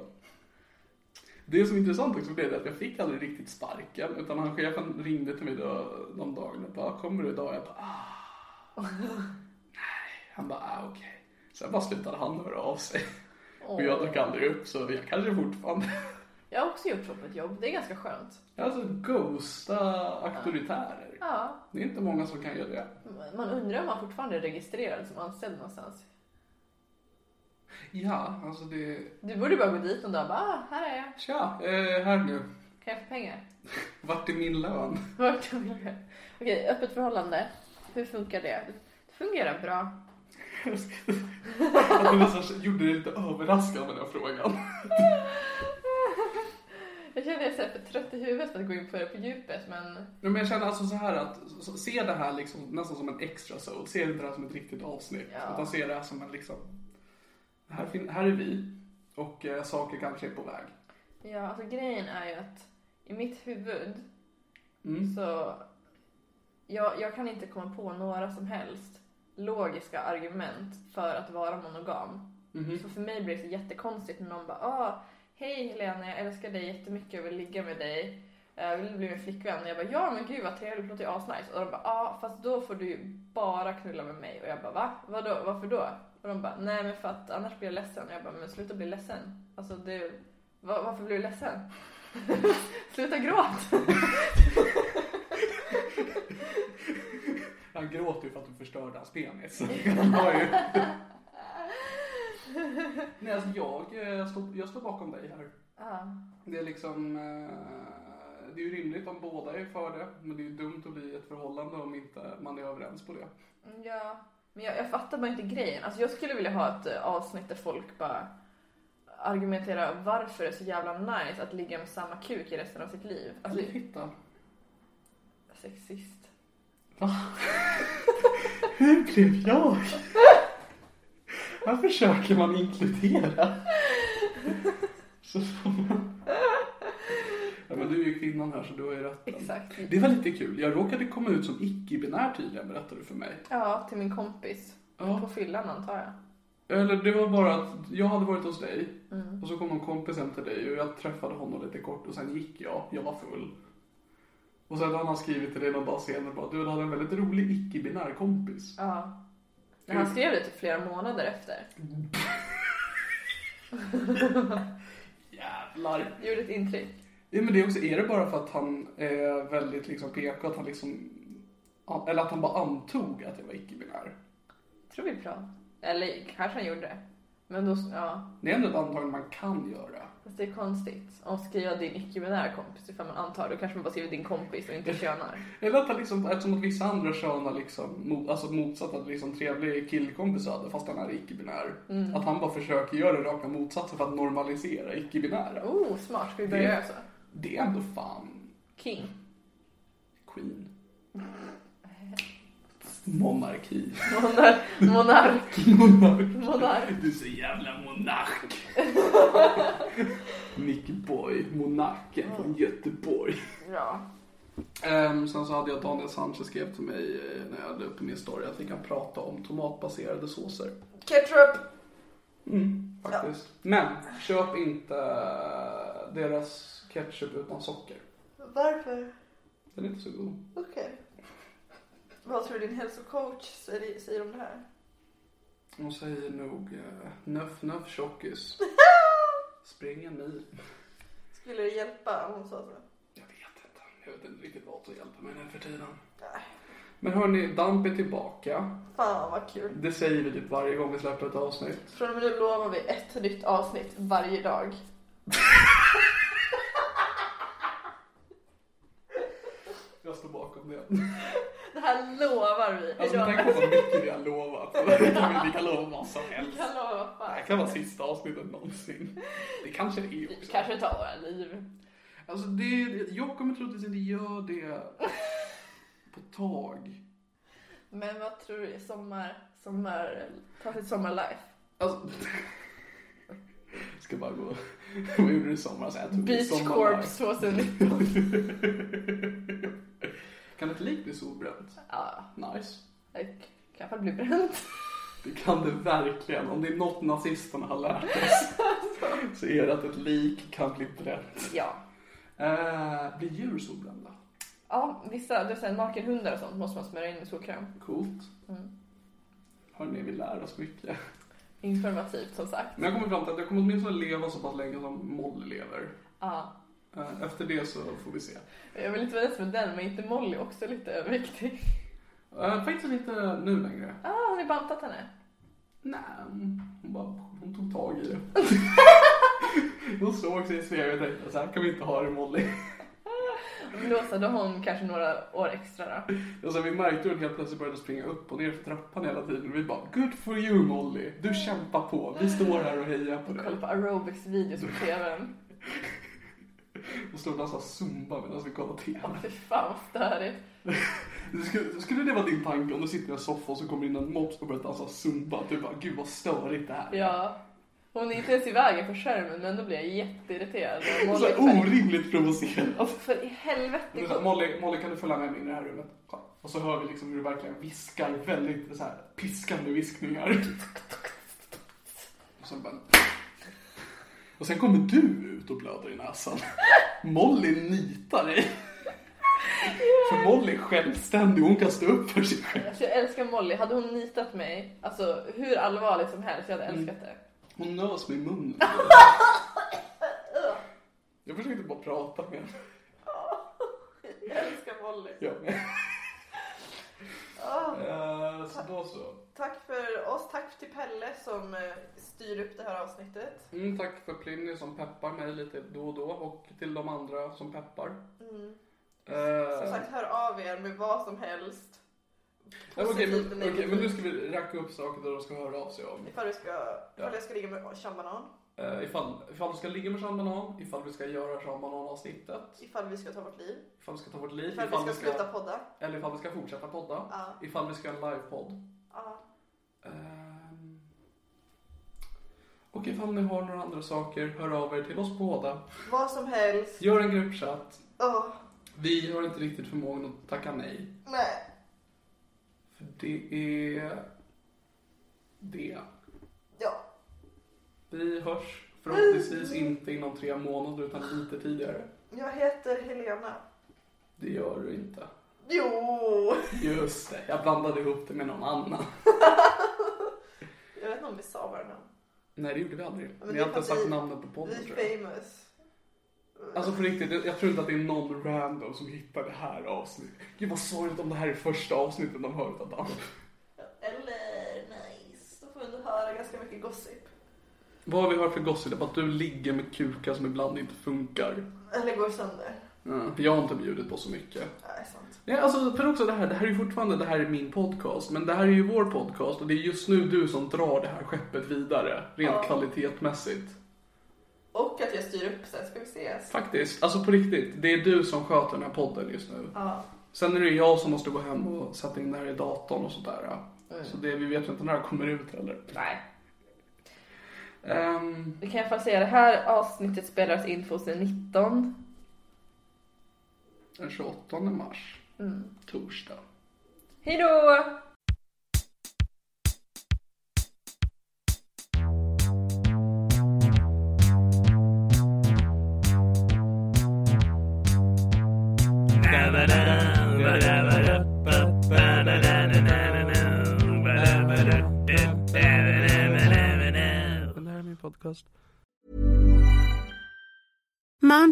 Speaker 4: Det som är intressant också blev det att jag fick aldrig riktigt sparken, utan han chefen ringde till mig då, de dagarna och bara, kommer du idag? Jag bara, ah. Nej. Han bara, ah, okej. Sen bara slutade han höra av sig. Och jag drack aldrig upp så jag kanske fortfarande...
Speaker 2: Jag har också gjort så på ett jobb. Det är ganska skönt.
Speaker 4: Alltså ghosta auktoritärer.
Speaker 2: Ja,
Speaker 4: Det är inte många som kan göra det.
Speaker 2: man undrar om man fortfarande är registrerad som anställd någonstans.
Speaker 4: Ja, alltså det...
Speaker 2: Du borde bara gå dit någon dag och bara, ah, här är jag.
Speaker 4: Tja, eh, här nu.
Speaker 2: Kan jag få pengar?
Speaker 4: Vart är min lön?
Speaker 2: Vart vill jag? Okej, öppet förhållande. Hur funkar det? Det fungerar bra.
Speaker 4: Att du nästan gjorde dig lite överraskad med den här frågan.
Speaker 2: Jag känner att jag är så här för trött i huvudet för att gå in på det på djupet, men
Speaker 4: Ja, Men jag känner alltså så här att, så- så- se det här liksom nästan som en extra soul. Se inte det här som ett riktigt avsnitt.
Speaker 2: Ja.
Speaker 4: Utan se det här som en liksom, här, fin- här är vi och eh, saker kanske är på väg.
Speaker 2: ja, alltså grejen är ju att i mitt huvud
Speaker 4: Mm.
Speaker 2: så jag, jag kan inte komma på några som helst logiska argument för att vara monogam.
Speaker 4: Mhm.
Speaker 2: Så för mig blir det så jättekonstigt när någon bara ah, Hej Helena, jag älskar dig jättemycket och vill ligga med dig. Eh, Vill du bli min flickvän? Och jag bara ja men gud vad trevligt, det låter ju asnice. Och de bara ja fast då får du ju bara knulla med mig. Och jag bara va? Vadå? Varför då? Och de bara nej men för att annars blir jag ledsen. Och jag bara men sluta bli ledsen. Alltså det, va, varför blir du ledsen? sluta gråt!
Speaker 4: Han gråter ju för att du förstörde hans penis. Han har ju... Nej, alltså jag, eh, står, jag står bakom dig här.
Speaker 2: Ja.
Speaker 4: Det är liksom... eh, Det är ju rimligt om båda är för det, men det är ju dumt att bli i ett förhållande om inte man är överens på det.
Speaker 2: Mm, Ja, men jag, jag fattar bara inte grejen. Alltså jag skulle vilja ha ett eh, avsnitt där folk bara argumenterar varför det är så jävla nice att ligga med samma kuk i resten av sitt liv. Alltså,
Speaker 4: Titta.
Speaker 2: sexist.
Speaker 4: Hur blev jag? Här försöker man inkludera. Så får man... Ja, men du är ju kvinnan här så du har ju rätten.
Speaker 2: Exakt.
Speaker 4: Det var lite kul. Jag råkade komma ut som icke-binär tydligen berättade du för mig.
Speaker 2: Ja, till min kompis.
Speaker 4: Ja.
Speaker 2: På fyllan antar jag.
Speaker 4: Eller det var bara att jag hade varit hos dig och så kom någon kompis hem till dig och jag träffade honom lite kort och sen gick jag. Jag var full. Och sen hade han skrivit till dig någon dag senare bara du hade en väldigt rolig icke-binär kompis.
Speaker 2: Ja. Men
Speaker 4: Mm.
Speaker 2: han skrev det typ flera månader efter.
Speaker 4: Jävlar.
Speaker 2: Det gjorde ett intryck.
Speaker 4: Ja, men det är också, är det bara för att han är väldigt liksom PK, att han liksom, eller att han bara antog att jag var icke-binär?
Speaker 2: Tror vi prat. Eller kanske han gjorde det. Men då, ja.
Speaker 4: Det är ändå ett antagande man kan göra.
Speaker 2: Fast det är konstigt. Om skriva din icke-binära kompis ifall man antar. Då kanske man bara skriver din kompis och inte könar.
Speaker 4: Eller att han liksom, eftersom att vissa andra kön har liksom, mot, alltså motsatt att liksom trevlig killkompis hade fast han är icke-binär.
Speaker 2: Mm.
Speaker 4: Att han bara försöker göra raka motsatsen för att normalisera icke-binära.
Speaker 2: Oh, smart. Ska vi
Speaker 4: Det-
Speaker 2: börja göra så?
Speaker 4: Det är ändå fan
Speaker 2: King.
Speaker 4: queen. Monarki.
Speaker 2: Monar- monark.
Speaker 4: Monark.
Speaker 2: Monark.
Speaker 4: Du är så jävla monark. Nick Boy, monarken från Göteborg.
Speaker 2: Ja.
Speaker 4: Ehm, sen så hade jag Daniel Sanchez skrev till mig eh, när jag hade uppe min story att vi kan prata om tomatbaserade såser.
Speaker 2: Ketchup.
Speaker 4: Mm. Faktiskt. Men köp inte deras ketchup utan socker.
Speaker 2: Varför?
Speaker 4: Den är inte så god.
Speaker 2: Okej. Vad tror din hälsocoach säger säger om det här?
Speaker 4: Hon säger nog eh, nöff nöff tjockis. Spring en mil.
Speaker 2: Skulle det hjälpa om hon sa så?
Speaker 4: Jag vet inte. Jag vet inte riktigt vad som hjälper mig nu för tiden. Men hörni, Damp är tillbaka.
Speaker 2: Fan vad kul.
Speaker 4: Det säger vi typ varje gång vi släpper ett avsnitt.
Speaker 2: Från och med nu lovar vi ett nytt avsnitt varje dag.
Speaker 4: Jag står bakom det.
Speaker 2: Det här lovar vi.
Speaker 4: Alltså tänk på vad mycket vi har lovat. Vi kan, vi kan lova vad som helst.
Speaker 2: Jag lovar
Speaker 4: Det här
Speaker 2: fan.
Speaker 4: kan vara sista avsnittet någonsin. Det kanske det är också.
Speaker 2: Kanske ta våra liv.
Speaker 4: Alltså det, jag kommer troligtvis inte göra det på tag.
Speaker 2: Men vad tror du? Sommar, sommar, ta sitt sommarlife.
Speaker 4: Alltså. Jag ska bara gå. Vad gjorde du i somras? Jag tog
Speaker 2: Beach
Speaker 4: sommarlife.
Speaker 2: Corps 2019.
Speaker 4: Kan ett lik bli solbränt?
Speaker 2: Ja,
Speaker 4: Nice.
Speaker 2: jag kan fall bli bränd.
Speaker 4: Det kan det verkligen. Om det är något nazisterna har lärt oss så är det att ett lik kan bli bränt.
Speaker 2: Ja.
Speaker 4: Eh, blir djur solbrända?
Speaker 2: Ja, vissa du säger nakenhundar
Speaker 4: Mm.
Speaker 2: och sånt måste man smörja in med solkräm.
Speaker 4: Coolt. Hörni, vi lär oss mycket.
Speaker 2: Informativt som sagt.
Speaker 4: Men jag kommer fram till att jag kommer åtminstone leva så pass länge som Molly lever.
Speaker 2: Ja.
Speaker 4: Eh, Efter det så får vi se.
Speaker 2: Jag vill inte vara rädd med den, men inte Molly också lite överviktig?
Speaker 4: Eh, Faktiskt inte nu längre.
Speaker 2: Ah, har ni bantat henne?
Speaker 4: Nej, hon, bara, hon tog tag i det. hon såg sig i spegeln och tänkte så här kan vi inte ha det Molly.
Speaker 2: Blåsade hon kanske några år extra då?
Speaker 4: Och sen vi märkte hur hon helt plötsligt började springa upp och ner för trappan hela tiden. Och vi bara good for you Molly, du kämpar på. Vi står här och hejar på dig.
Speaker 2: Kolla på aerobics-videos på tvn.
Speaker 4: Och stod och dansade zumba medan vi kollade TV.
Speaker 2: Åh fy fan vad störigt.
Speaker 4: Det Skulle, skulle det vara din tanke om du sitter i en soffa och så kommer in en mops och börjar dansa zumba? Du bara gud vad störigt det här är.
Speaker 2: Ja. Hon är inte ens i vägen på skärmen men då blir jag jätteirriterad. Och
Speaker 4: Så
Speaker 2: Molly,
Speaker 4: här orimligt provocerad.
Speaker 2: för, för i helvete.
Speaker 4: Men så här, Molly, Molly kan du följa med mig in i det här rummet? Ja. Och så hör vi liksom hur du verkligen viskar väldigt så här, piskande viskningar. Och sen bara... Och sen kommer du ut och blöder i näsan. Molly nitar dig. För Molly är självständig, hon kan stå upp för sig själv.
Speaker 2: Alltså, jag älskar Molly. Hade hon nitat mig, alltså hur allvarligt som helst, jag hade älskat det.
Speaker 4: Hon nös mig i munnen. Jag försökte bara prata med henne.
Speaker 2: Jag älskar Molly.
Speaker 4: Jag med. Eh, Så då så.
Speaker 2: Tack för oss. Tack till Pelle som eh, styr upp det här avsnittet.
Speaker 4: Mm, tack för Plinny som peppar mig lite då och då och till de andra som peppar. Eh,
Speaker 2: Mm. Som sagt, hör av er med vad som helst.
Speaker 4: nej, Okej,
Speaker 2: positivt och
Speaker 4: men, okej, men nu
Speaker 2: negativt.
Speaker 4: ska vi racka upp saker där de ska höra av sig om.
Speaker 2: Ifall, du ska, ifall jag ska ligga med Sean
Speaker 4: Uh, ifall, ifall du ska ligga med Sean Banan, ifall vi ska göra Sean Banan-avsnittet,
Speaker 2: ifall vi ska ta vårt liv,
Speaker 4: ifall vi ska ta vårt liv,
Speaker 2: ifall vi ska sluta podda.
Speaker 4: eller ifall vi ska fortsätta podda,
Speaker 2: Ja.
Speaker 4: ifall vi ska göra en livepodd.
Speaker 2: Ja.
Speaker 4: Ehm, och ifall ni har några andra saker, hör av er till oss båda.
Speaker 2: Vad som helst.
Speaker 4: Gör en gruppchatt.
Speaker 2: Åh,
Speaker 4: Vi har inte riktigt förmågan att tacka nej.
Speaker 2: nej.
Speaker 4: För det är det.
Speaker 2: Ja.
Speaker 4: Vi hörs förhoppningsvis
Speaker 2: Mm.
Speaker 4: inte inom tre månader utan lite tidigare.
Speaker 2: Jag heter Helena.
Speaker 4: Det gör du inte.
Speaker 2: Jo!
Speaker 4: Just det, jag blandade ihop det med någon annan.
Speaker 2: Jag vet inte om vi sa våra namn.
Speaker 4: Nej, det gjorde vi aldrig.
Speaker 2: men
Speaker 4: Vi
Speaker 2: det
Speaker 4: har
Speaker 2: är
Speaker 4: inte
Speaker 2: för att
Speaker 4: sagt
Speaker 2: vi-
Speaker 4: namnet på
Speaker 2: Vi
Speaker 4: podden tror jag.
Speaker 2: är famous.
Speaker 4: Alltså på riktigt, jag jag tror inte att det är någon random som hittar det här avsnittet. Gud vad sorgligt om det här är första avsnittet de hör utan namn.
Speaker 2: Eller nice. Då får vi ändå höra ganska mycket gossip.
Speaker 4: Vad har vi hört för gossip? Det är bara att du ligger med kukar som ibland inte funkar.
Speaker 2: Eller går sönder.
Speaker 4: Mm. Jag har inte bjudit på så mycket.
Speaker 2: Nej, sant.
Speaker 4: Nej, alltså för också det här, det här är ju fortfarande, det här är min podcast, men det här är ju vår podcast och det är just nu du som drar det här skeppet vidare, rent
Speaker 2: Ja.
Speaker 4: kvalitetsmässigt.
Speaker 2: Och att jag styr upp sen ska vi ses.
Speaker 4: Faktiskt, alltså på riktigt, det är du som sköter den här podden just nu.
Speaker 2: Ja.
Speaker 4: Sen är det jag som måste gå hem och sätta in det här i datorn och sådär.
Speaker 2: Mm.
Speaker 4: Så det, vi vet ju inte när det här kommer ut heller.
Speaker 2: Nej.
Speaker 4: Ehm,
Speaker 2: Vi kan i alla fall säga det här avsnittet spelas in 2019.
Speaker 4: den 28 mars,
Speaker 2: Mm.
Speaker 4: torsdag.
Speaker 2: Hej då!
Speaker 3: min podcast.
Speaker 5: Mom